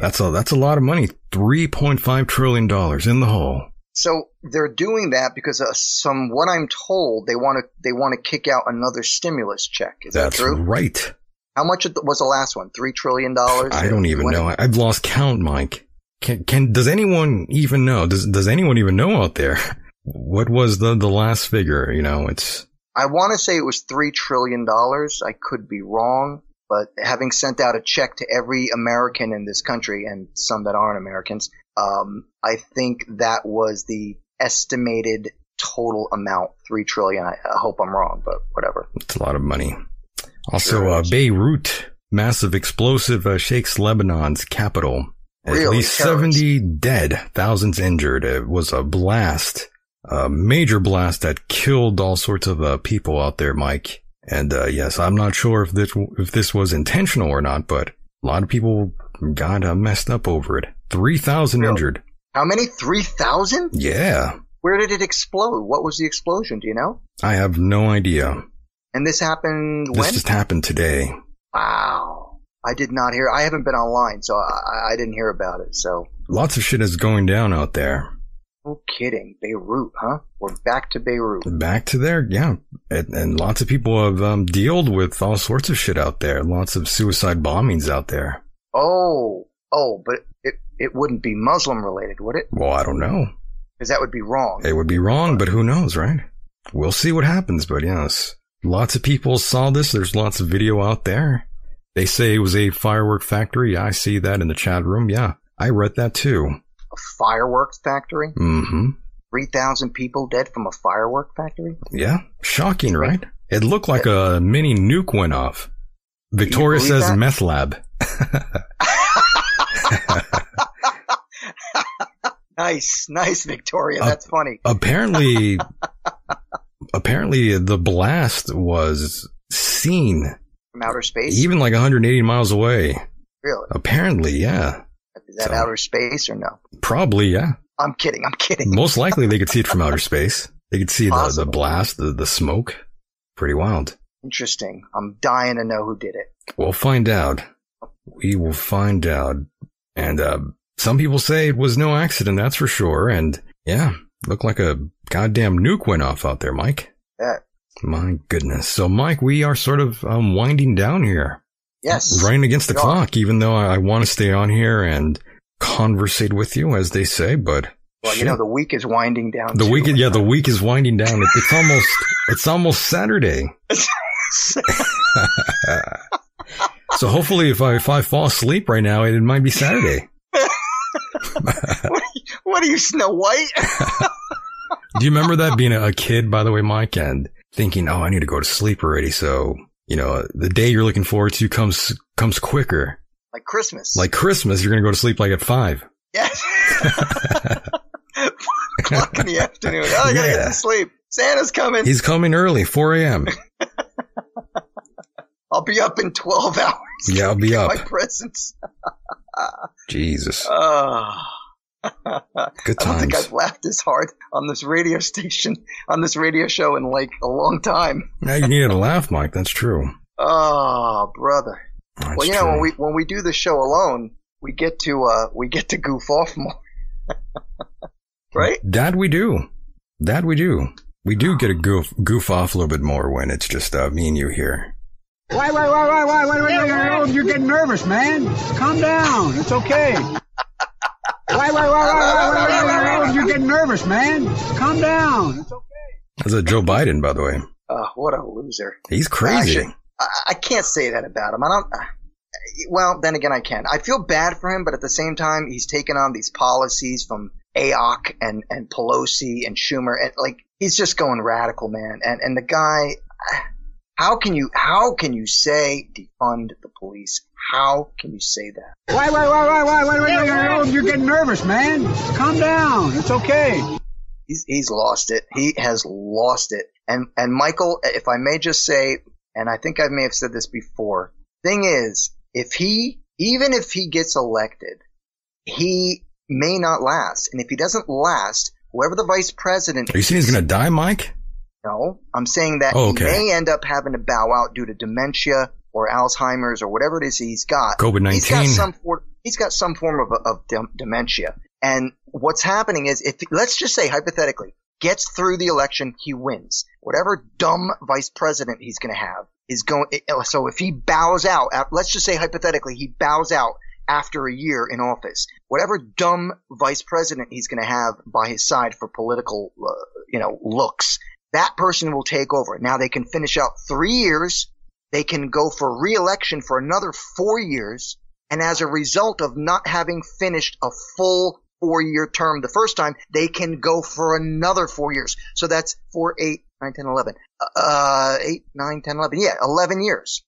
[SPEAKER 1] that's a that's a lot of money. Three point five trillion dollars in the hole.
[SPEAKER 2] So they're doing that because, uh, some what I'm told, they want to they want to kick out another stimulus check. Is
[SPEAKER 1] that's
[SPEAKER 2] that true?
[SPEAKER 1] right.
[SPEAKER 2] How much of the- was the last one? Three trillion dollars.
[SPEAKER 1] I don't even know. I, I've lost count, Mike. Can can does anyone even know? Does does anyone even know out there? What was the the last figure? You know, it's
[SPEAKER 2] I want to say it was three trillion dollars. I could be wrong, but having sent out a check to every American in this country and some that aren't Americans, um, I think that was the estimated total amount, three trillion. I, I hope I'm wrong, but whatever.
[SPEAKER 1] It's a lot of money. Also,
[SPEAKER 2] Sure
[SPEAKER 1] uh,
[SPEAKER 2] is.
[SPEAKER 1] Beirut, massive explosive uh, shakes Lebanon's capital. At
[SPEAKER 2] Really?
[SPEAKER 1] least
[SPEAKER 2] Terrorists.
[SPEAKER 1] 70 dead, thousands injured. It was a blast, a major blast that killed all sorts of uh, people out there, Mike. And uh, yes, I'm not sure if this if this was intentional or not, but a lot of people got uh, messed up over it. Three thousand
[SPEAKER 2] Really?
[SPEAKER 1] injured.
[SPEAKER 2] How many? 3,000?
[SPEAKER 1] Yeah,
[SPEAKER 2] Where did it explode? What was the explosion? Do you know?
[SPEAKER 1] I have no idea.
[SPEAKER 2] And this happened
[SPEAKER 1] This
[SPEAKER 2] when?
[SPEAKER 1] just happened today.
[SPEAKER 2] Wow. I did not hear. I haven't been online, so I, I didn't hear about it. So,
[SPEAKER 1] Lots of shit is going down out there.
[SPEAKER 2] no kidding. Beirut, huh? We're back to Beirut.
[SPEAKER 1] Back to there, yeah. And, and lots of people have um, dealt with all sorts of shit out there. Lots of suicide bombings out there.
[SPEAKER 2] Oh, oh, but it, it wouldn't be Muslim related, would it?
[SPEAKER 1] Well, I don't know.
[SPEAKER 2] Because that would be wrong.
[SPEAKER 1] It would be wrong, but who knows, right? We'll see what happens, but yes. Lots of people saw this. There's lots of video out there. They say it was a firework factory. I see that in the chat room. Yeah. I read that too.
[SPEAKER 2] A fireworks factory?
[SPEAKER 1] hmm
[SPEAKER 2] 3,000 people dead from a firework factory?
[SPEAKER 1] Yeah. Shocking, right? It looked like a mini nuke went off. Victoria
[SPEAKER 2] believe
[SPEAKER 1] says
[SPEAKER 2] that?
[SPEAKER 1] meth lab.
[SPEAKER 2] Nice, nice, Victoria.
[SPEAKER 1] Uh,
[SPEAKER 2] That's funny.
[SPEAKER 1] apparently apparently the blast was seen
[SPEAKER 2] From outer space?
[SPEAKER 1] even like 180 miles away
[SPEAKER 2] really?
[SPEAKER 1] apparently yeah
[SPEAKER 2] Is that
[SPEAKER 1] so-
[SPEAKER 2] outer space or no?
[SPEAKER 1] probably yeah
[SPEAKER 2] I'm kidding. I'm kidding.
[SPEAKER 1] most likely they could see it from outer space they could see the, the
[SPEAKER 2] Possible.
[SPEAKER 1] blast the, the smoke pretty wild
[SPEAKER 2] Interesting. I'm dying to know who did it.
[SPEAKER 1] we'll find out we will find out and uh, some people say it was no accident that's for sure and yeah looked like a goddamn nuke went off out there mike
[SPEAKER 2] That.
[SPEAKER 1] my goodness so mike we are sort of um, winding down here
[SPEAKER 2] Yes.
[SPEAKER 1] running against the
[SPEAKER 2] Yeah.
[SPEAKER 1] clock, even though I, I want to stay on here and conversate with you, as they say. But
[SPEAKER 2] Well, you
[SPEAKER 1] shit.
[SPEAKER 2] know, the week is winding down.
[SPEAKER 1] the
[SPEAKER 2] too.
[SPEAKER 1] week, yeah, the week is winding down. It, it's almost, it's almost Saturday. So hopefully, if I if I fall asleep right now, it, might be Saturday.
[SPEAKER 2] what are you, Snow White?
[SPEAKER 1] Do you remember that being a, a kid, by the way, Mike, and thinking, oh, I need to go to sleep already. So you know, the day you're looking forward to comes comes quicker.
[SPEAKER 2] like Christmas.
[SPEAKER 1] Like Christmas, you're gonna go to sleep like at five.
[SPEAKER 2] Yes. Four o'clock in the afternoon. Oh, I gotta
[SPEAKER 1] Yeah.
[SPEAKER 2] get to sleep. Santa's coming.
[SPEAKER 1] He's coming early, 4 a.m.
[SPEAKER 2] I'll be up in 12 hours.
[SPEAKER 1] Yeah, I'll be
[SPEAKER 2] Get
[SPEAKER 1] up.
[SPEAKER 2] My presents.
[SPEAKER 1] Jesus,
[SPEAKER 2] Ah.
[SPEAKER 1] good
[SPEAKER 2] I don't think
[SPEAKER 1] times.
[SPEAKER 2] I've laughed this hard on this radio station, on this radio show in like a long time.
[SPEAKER 1] Now you needed a laugh, Mike. That's true.
[SPEAKER 2] Oh, brother.
[SPEAKER 1] That's
[SPEAKER 2] well, you know,
[SPEAKER 1] true.
[SPEAKER 2] when we when we do the show alone, we get to uh we get to goof off more. right?
[SPEAKER 1] That we do. That we do. We do get a goof goof off a little bit more when it's just uh, me and you here.
[SPEAKER 5] Why, why, why, why, why, why, why, why, why, You're getting nervous, man. Just calm down. It's okay. Why, why, why, why, why, why, why, why, why, You're getting nervous, man. Just calm down. It's okay.
[SPEAKER 1] That's a Joe Biden, by the way.
[SPEAKER 2] Uh, what a loser.
[SPEAKER 1] He's crazy.
[SPEAKER 2] Actually, I, I can't say that about him. I don't. Uh, well, then again, I can. I feel bad for him, but at the same time, he's taken on these policies from AOC and and Pelosi and Schumer, and like he's just going radical, man. And and the guy, how can you how can you say defund the police? How can you say that?
[SPEAKER 5] Why, why, why, why, why, why, why, why, You're getting nervous, man. Just calm down. It's okay.
[SPEAKER 2] He's he's lost it. He has lost it. And and Michael, if I may just say, and I think I may have said this before, thing is, if he even if he gets elected, he may not last. And if he doesn't last, whoever the vice president
[SPEAKER 1] Are you saying he's gonna die, Mike?
[SPEAKER 2] no, I'm saying that
[SPEAKER 1] Oh, okay.
[SPEAKER 2] he may end up having to bow out due to dementia or Alzheimer's or whatever it is he's got.
[SPEAKER 1] COVID-19.
[SPEAKER 2] He's got some for, he's got some form of of dem- dementia. And what's happening is if let's just say hypothetically gets through the election, he wins. Whatever dumb vice president he's going to have is going so if he bows out, uh, let's just say hypothetically he bows out after a year in office. Whatever dumb vice president he's going to have by his side for political uh, you know looks, that person will take over. Now they can finish out 3 years they can go for reelection for another four years. And as a result of not having finished a full four year term the first time, they can go for another four years. So that's four, eight, nine, 10, 11. Uh, eight, nine, 10, 11. Yeah, 11 years.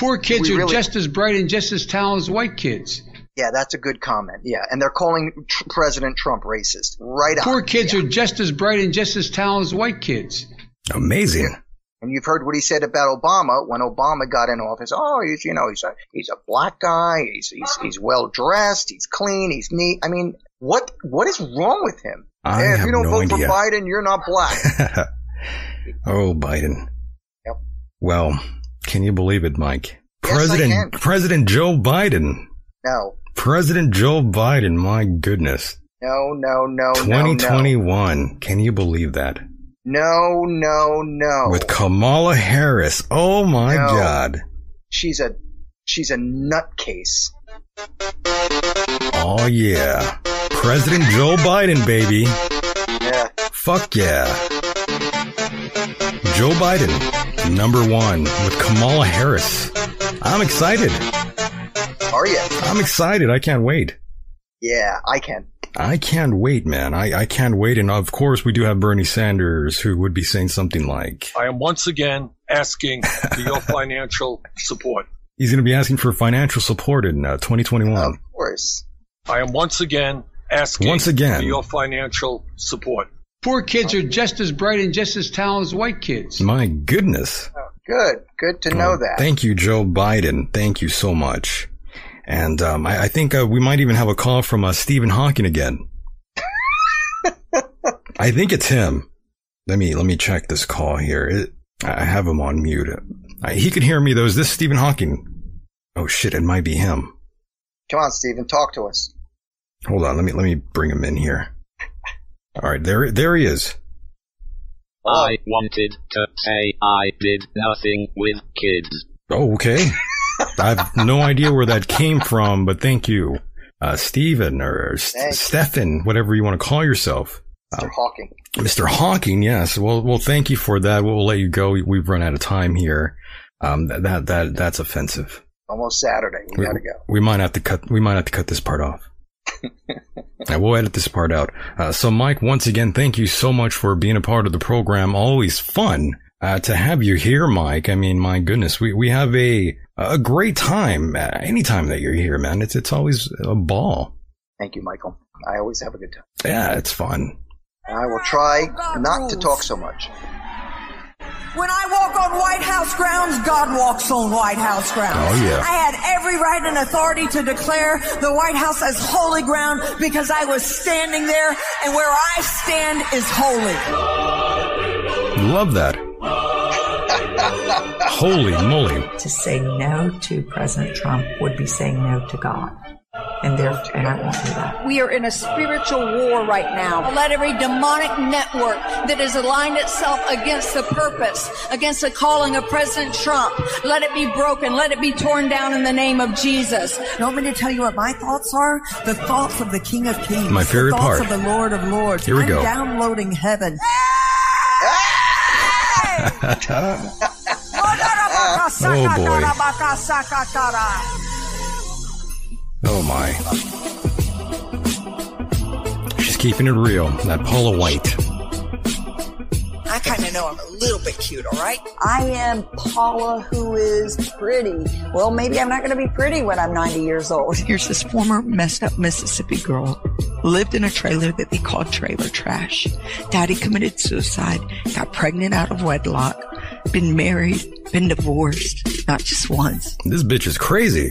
[SPEAKER 6] Poor kids
[SPEAKER 2] We
[SPEAKER 6] are
[SPEAKER 2] really-
[SPEAKER 6] just as bright and just as talented as white kids.
[SPEAKER 2] Yeah, that's a good comment. Yeah. And they're calling tr- President Trump racist. Right on.
[SPEAKER 6] Poor kids
[SPEAKER 2] Yeah.
[SPEAKER 6] are just as bright and just as talented as white kids.
[SPEAKER 1] Amazing.
[SPEAKER 2] And you've heard what he said about Obama when Obama got in office. Oh, he's you know he's a he's a black guy. He's he's, he's well dressed. He's clean. He's neat. I mean, what what is wrong with him?
[SPEAKER 1] I
[SPEAKER 2] Eh, if
[SPEAKER 1] have
[SPEAKER 2] you don't
[SPEAKER 1] no
[SPEAKER 2] vote
[SPEAKER 1] idea.
[SPEAKER 2] for Biden, you're not black.
[SPEAKER 1] oh, Biden.
[SPEAKER 2] Yep.
[SPEAKER 1] Well, can you believe it, Mike?
[SPEAKER 2] Yes, I
[SPEAKER 1] President
[SPEAKER 2] can.
[SPEAKER 1] President Joe Biden.
[SPEAKER 2] no,
[SPEAKER 1] President Joe Biden, my goodness.
[SPEAKER 2] no, no, Oh, no, no, no,
[SPEAKER 1] 2021. Can you believe that?
[SPEAKER 2] no, no, no.
[SPEAKER 1] With Kamala Harris. Oh my
[SPEAKER 2] Oh. No.
[SPEAKER 1] god.
[SPEAKER 2] she's a she's a nutcase.
[SPEAKER 1] Oh yeah. President Joe Biden, baby.
[SPEAKER 2] Yeah.
[SPEAKER 1] Fuck yeah. Joe Biden, number one with Kamala Harris. I'm excited.
[SPEAKER 2] Are you?
[SPEAKER 1] I'm excited. I can't wait.
[SPEAKER 2] Yeah, I can.
[SPEAKER 1] I can't wait, man. I, I can't wait. And of course, we do have Bernie Sanders who would be saying something like,
[SPEAKER 7] I am once again asking for your financial support.
[SPEAKER 1] he's going to be asking for financial support in uh, 2021.
[SPEAKER 2] Of course.
[SPEAKER 7] I am once again asking
[SPEAKER 1] Once again.
[SPEAKER 7] for your financial support.
[SPEAKER 6] Poor kids are just as bright and just as talented as white kids.
[SPEAKER 1] My goodness.
[SPEAKER 2] Oh, good. Good to know
[SPEAKER 1] Well,
[SPEAKER 2] that.
[SPEAKER 1] Oh, Thank you, Joe Biden. Thank you so much. And um, I, I think uh, we might even have a call from uh, Stephen Hawking again. I think it's him. Let me let me check this call here. It, I I have him on mute. I, he can hear me though. Is this Stephen Hawking? Oh shit! It might be him.
[SPEAKER 2] Come on, Steven, talk to us.
[SPEAKER 1] Hold on. Let me let me bring him in here. All right, there there he is.
[SPEAKER 4] I wanted to say I did nothing with kids.
[SPEAKER 1] Oh, okay. I have no idea where that came from, but thank you, uh, Stephen or St-
[SPEAKER 2] Thanks.
[SPEAKER 1] Stefan, whatever you want to call yourself,
[SPEAKER 2] Mr. Hawking.
[SPEAKER 1] Mister Hawking. Yes. Well, well, thank you for that. We'll let you go. We've run out of time here. Um, th- that that that's offensive.
[SPEAKER 2] Almost Saturday. We
[SPEAKER 1] We,
[SPEAKER 2] gotta go.
[SPEAKER 1] we might have to cut. We might have to cut this part off. Yeah, we'll edit this part out. Uh, so, Mike, once again, thank you so much for being a part of the program. Always fun uh, to have you here, Mike. I mean, my goodness, we we have a a great time uh, anytime that you're here, man. It's it's always a ball.
[SPEAKER 2] Thank you, Michael. I always have a good time.
[SPEAKER 1] Yeah, it's fun.
[SPEAKER 2] And I will try not to talk so much.
[SPEAKER 8] When I walk on White House grounds, God walks on White House grounds.
[SPEAKER 1] Oh, yeah.
[SPEAKER 8] I had every right and authority to declare the White House as holy ground because I was standing there and where I stand is holy.
[SPEAKER 1] Love that. Holy moly!
[SPEAKER 9] To say no to President Trump would be saying no to God. And therefore, and I won't do that.
[SPEAKER 10] We are in a spiritual war right now. Let every demonic network that has aligned itself against the purpose, against the calling of President Trump, let it be broken. Let it be torn down in the name of Jesus.
[SPEAKER 8] You want me to tell you what my thoughts are? The thoughts of the King of Kings.
[SPEAKER 1] My favorite
[SPEAKER 8] the thoughts
[SPEAKER 1] part.
[SPEAKER 8] of the Lord of Lords.
[SPEAKER 1] Here we
[SPEAKER 8] I'm
[SPEAKER 1] go.
[SPEAKER 8] downloading heaven.
[SPEAKER 1] Oh, boy. Oh my. She's keeping it real. That Paula White.
[SPEAKER 8] I kind of know I'm a little bit cute, all right?
[SPEAKER 9] I am Paula, who is pretty. Well, maybe I'm not going to be pretty when I'm 90 years old.
[SPEAKER 11] Here's this former messed up Mississippi girl. Lived in a trailer that they called trailer trash. Daddy committed suicide, got pregnant out of wedlock, been married, been divorced, not just once.
[SPEAKER 1] This bitch is crazy.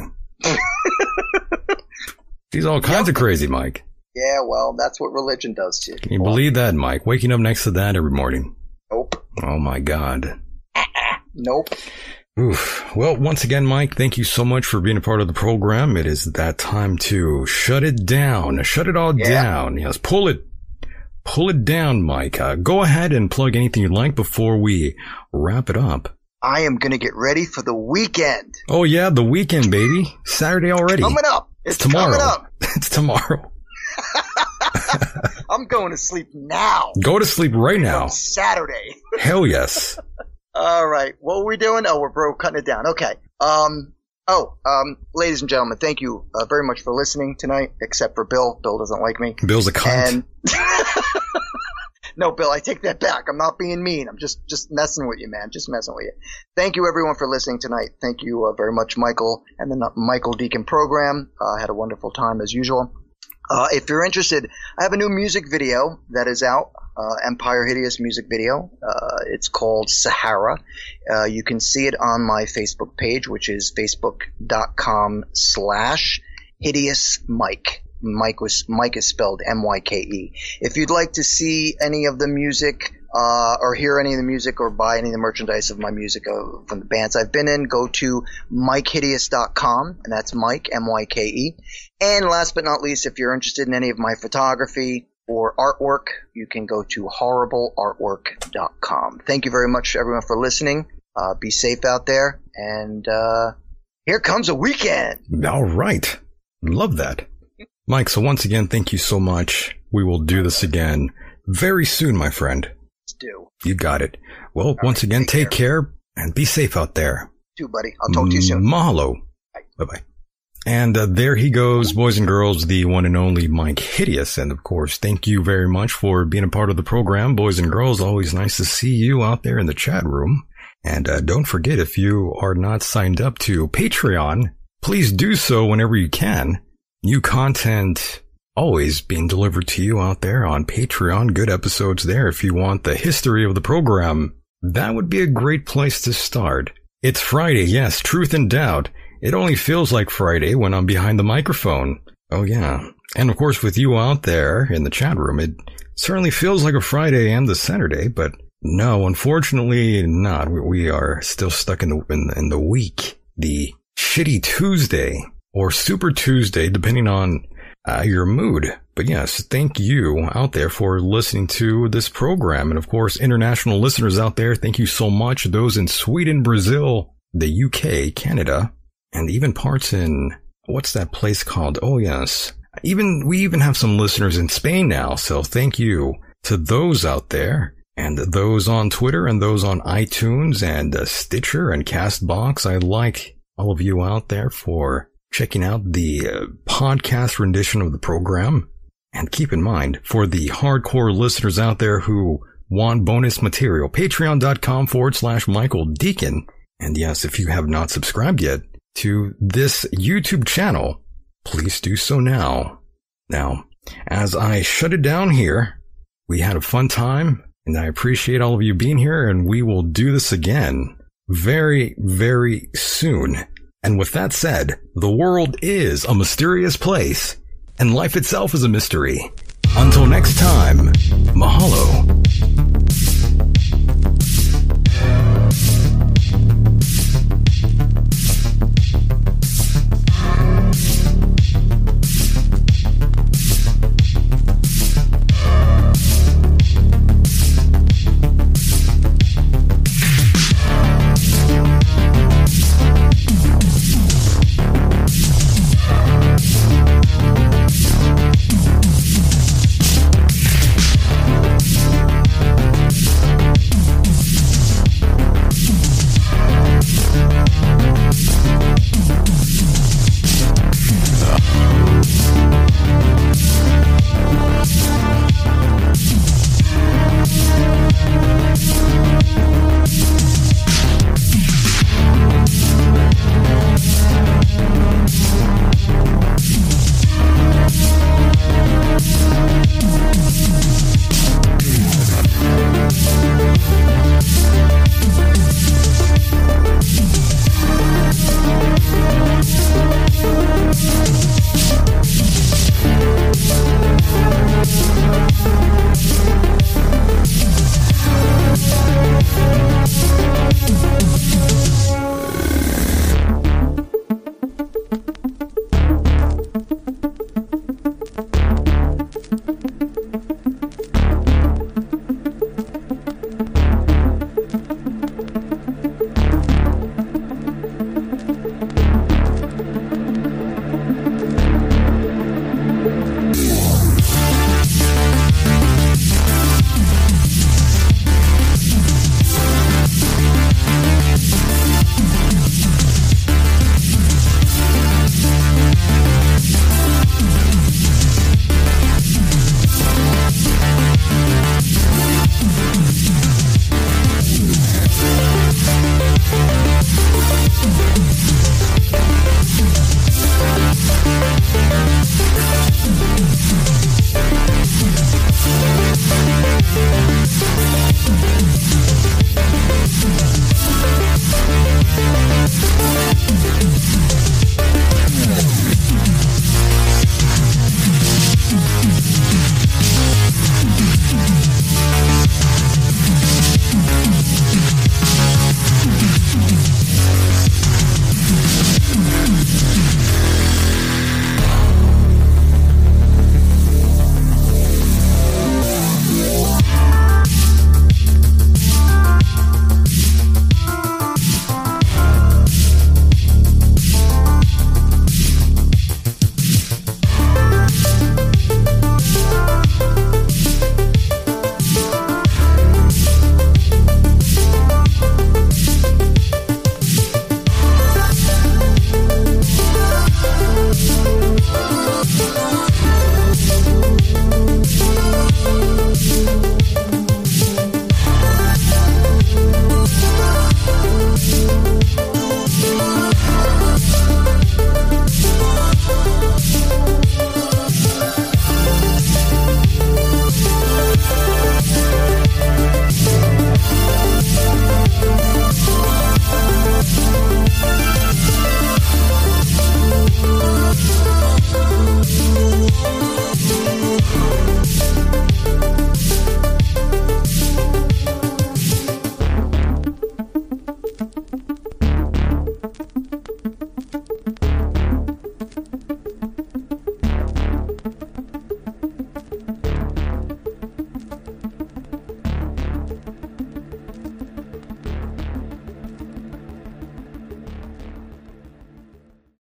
[SPEAKER 1] She's all kinds of crazy, Mike.
[SPEAKER 2] Yeah, well, that's what religion does to you.
[SPEAKER 1] Can you believe that, Mike? Waking up next to that every morning.
[SPEAKER 2] Nope.
[SPEAKER 1] Oh my god.
[SPEAKER 2] Nope.
[SPEAKER 1] Oof. Well, once again, Mike, thank you so much for being a part of the program. It is that time to shut it down. Shut it all
[SPEAKER 2] Yeah.
[SPEAKER 1] down. Yes, pull it. Pull it down, Mike. Uh, go ahead and plug anything you like before we wrap it up.
[SPEAKER 2] I am gonna get ready for the weekend.
[SPEAKER 1] Oh yeah, the weekend, baby. Saturday already.
[SPEAKER 2] Coming up. It's,
[SPEAKER 1] tomorrow.
[SPEAKER 2] coming up.
[SPEAKER 1] It's tomorrow.
[SPEAKER 2] I'm going to sleep now.
[SPEAKER 1] Go to sleep right now.
[SPEAKER 2] Saturday.
[SPEAKER 1] Hell yes.
[SPEAKER 2] All right. What were we doing? Oh, we're bro cutting it down. Okay. Um. Oh, um, ladies and gentlemen, thank you uh, very much for listening tonight. Except for Bill. Bill doesn't like me.
[SPEAKER 1] Bill's a cunt.
[SPEAKER 2] And no, Bill, I take that back. I'm not being mean. I'm just just messing with you, man. Just messing with you. Thank you, everyone, for listening tonight. Thank you uh, very much, Michael, and the Nut- Michael Deacon program. Uh, I had a wonderful time as usual. Uh, if you're interested, I have a new music video that is out. uh, Empire Hideous music video. Uh, it's called Sahara. Uh, you can see it on my Facebook page, which is facebook.com slash hideous Mike. Mike was Mike is spelled M Y K E. If you'd like to see any of the music uh, or hear any of the music or buy any of the merchandise of my music uh, from the bands I've been in, go to mikehideous.com, and that's Mike M Y K E. And last but not least, if you're interested in any of my photography or artwork, you can go to horribleartwork.com. Thank you very much, everyone, for listening. Uh, be safe out there, and uh, here comes a weekend.
[SPEAKER 1] All right. Love that. Mike, so once again, thank you so much. We will do this again very soon, my friend.
[SPEAKER 2] Let's do.
[SPEAKER 1] You got it. Well, once again, take care. and be safe out there.
[SPEAKER 2] Too, buddy. I'll talk to you soon.
[SPEAKER 1] Mahalo. Bye bye. And uh, there he goes, boys and girls, the one and only Mike Hideous. And of course, thank you very much for being a part of the program, boys and girls. Always nice to see you out there in the chat room. And uh, don't forget, if you are not signed up to Patreon, please do so whenever you can. New content always being delivered to you out there on Patreon. Good episodes there if you want the history of the program. That would be a great place to start. It's Friday, yes, truth and doubt. It only feels like Friday when I'm behind the microphone. Oh yeah. And of course with you out there in the chat room, it certainly feels like a Friday and a Saturday, but no, unfortunately not. We- We are still stuck in the, in, in the week. The shitty Tuesday or super Tuesday, depending on uh, your mood. But yes, thank you out there for listening to this program. And of course, international listeners out there, thank you so much. Those in Sweden, Brazil, the UK, Canada, and even parts in what's that place called? Oh, yes. Even we even have some listeners in Spain now. So thank you to those out there and those on Twitter and those on iTunes and uh, Stitcher and Castbox. I like all of you out there for checking out the uh, podcast rendition of the program. And keep in mind, for the hardcore listeners out there who want bonus material, patreon.com forward slash Michael Deacon. And yes, if you have not subscribed yet to this YouTube channel, please do so now. Now, as I shut it down here, we had a fun time and I appreciate all of you being here and we will do this again very, very soon. And with that said, the world is a mysterious place and life itself is a mystery. Until next time, mahalo.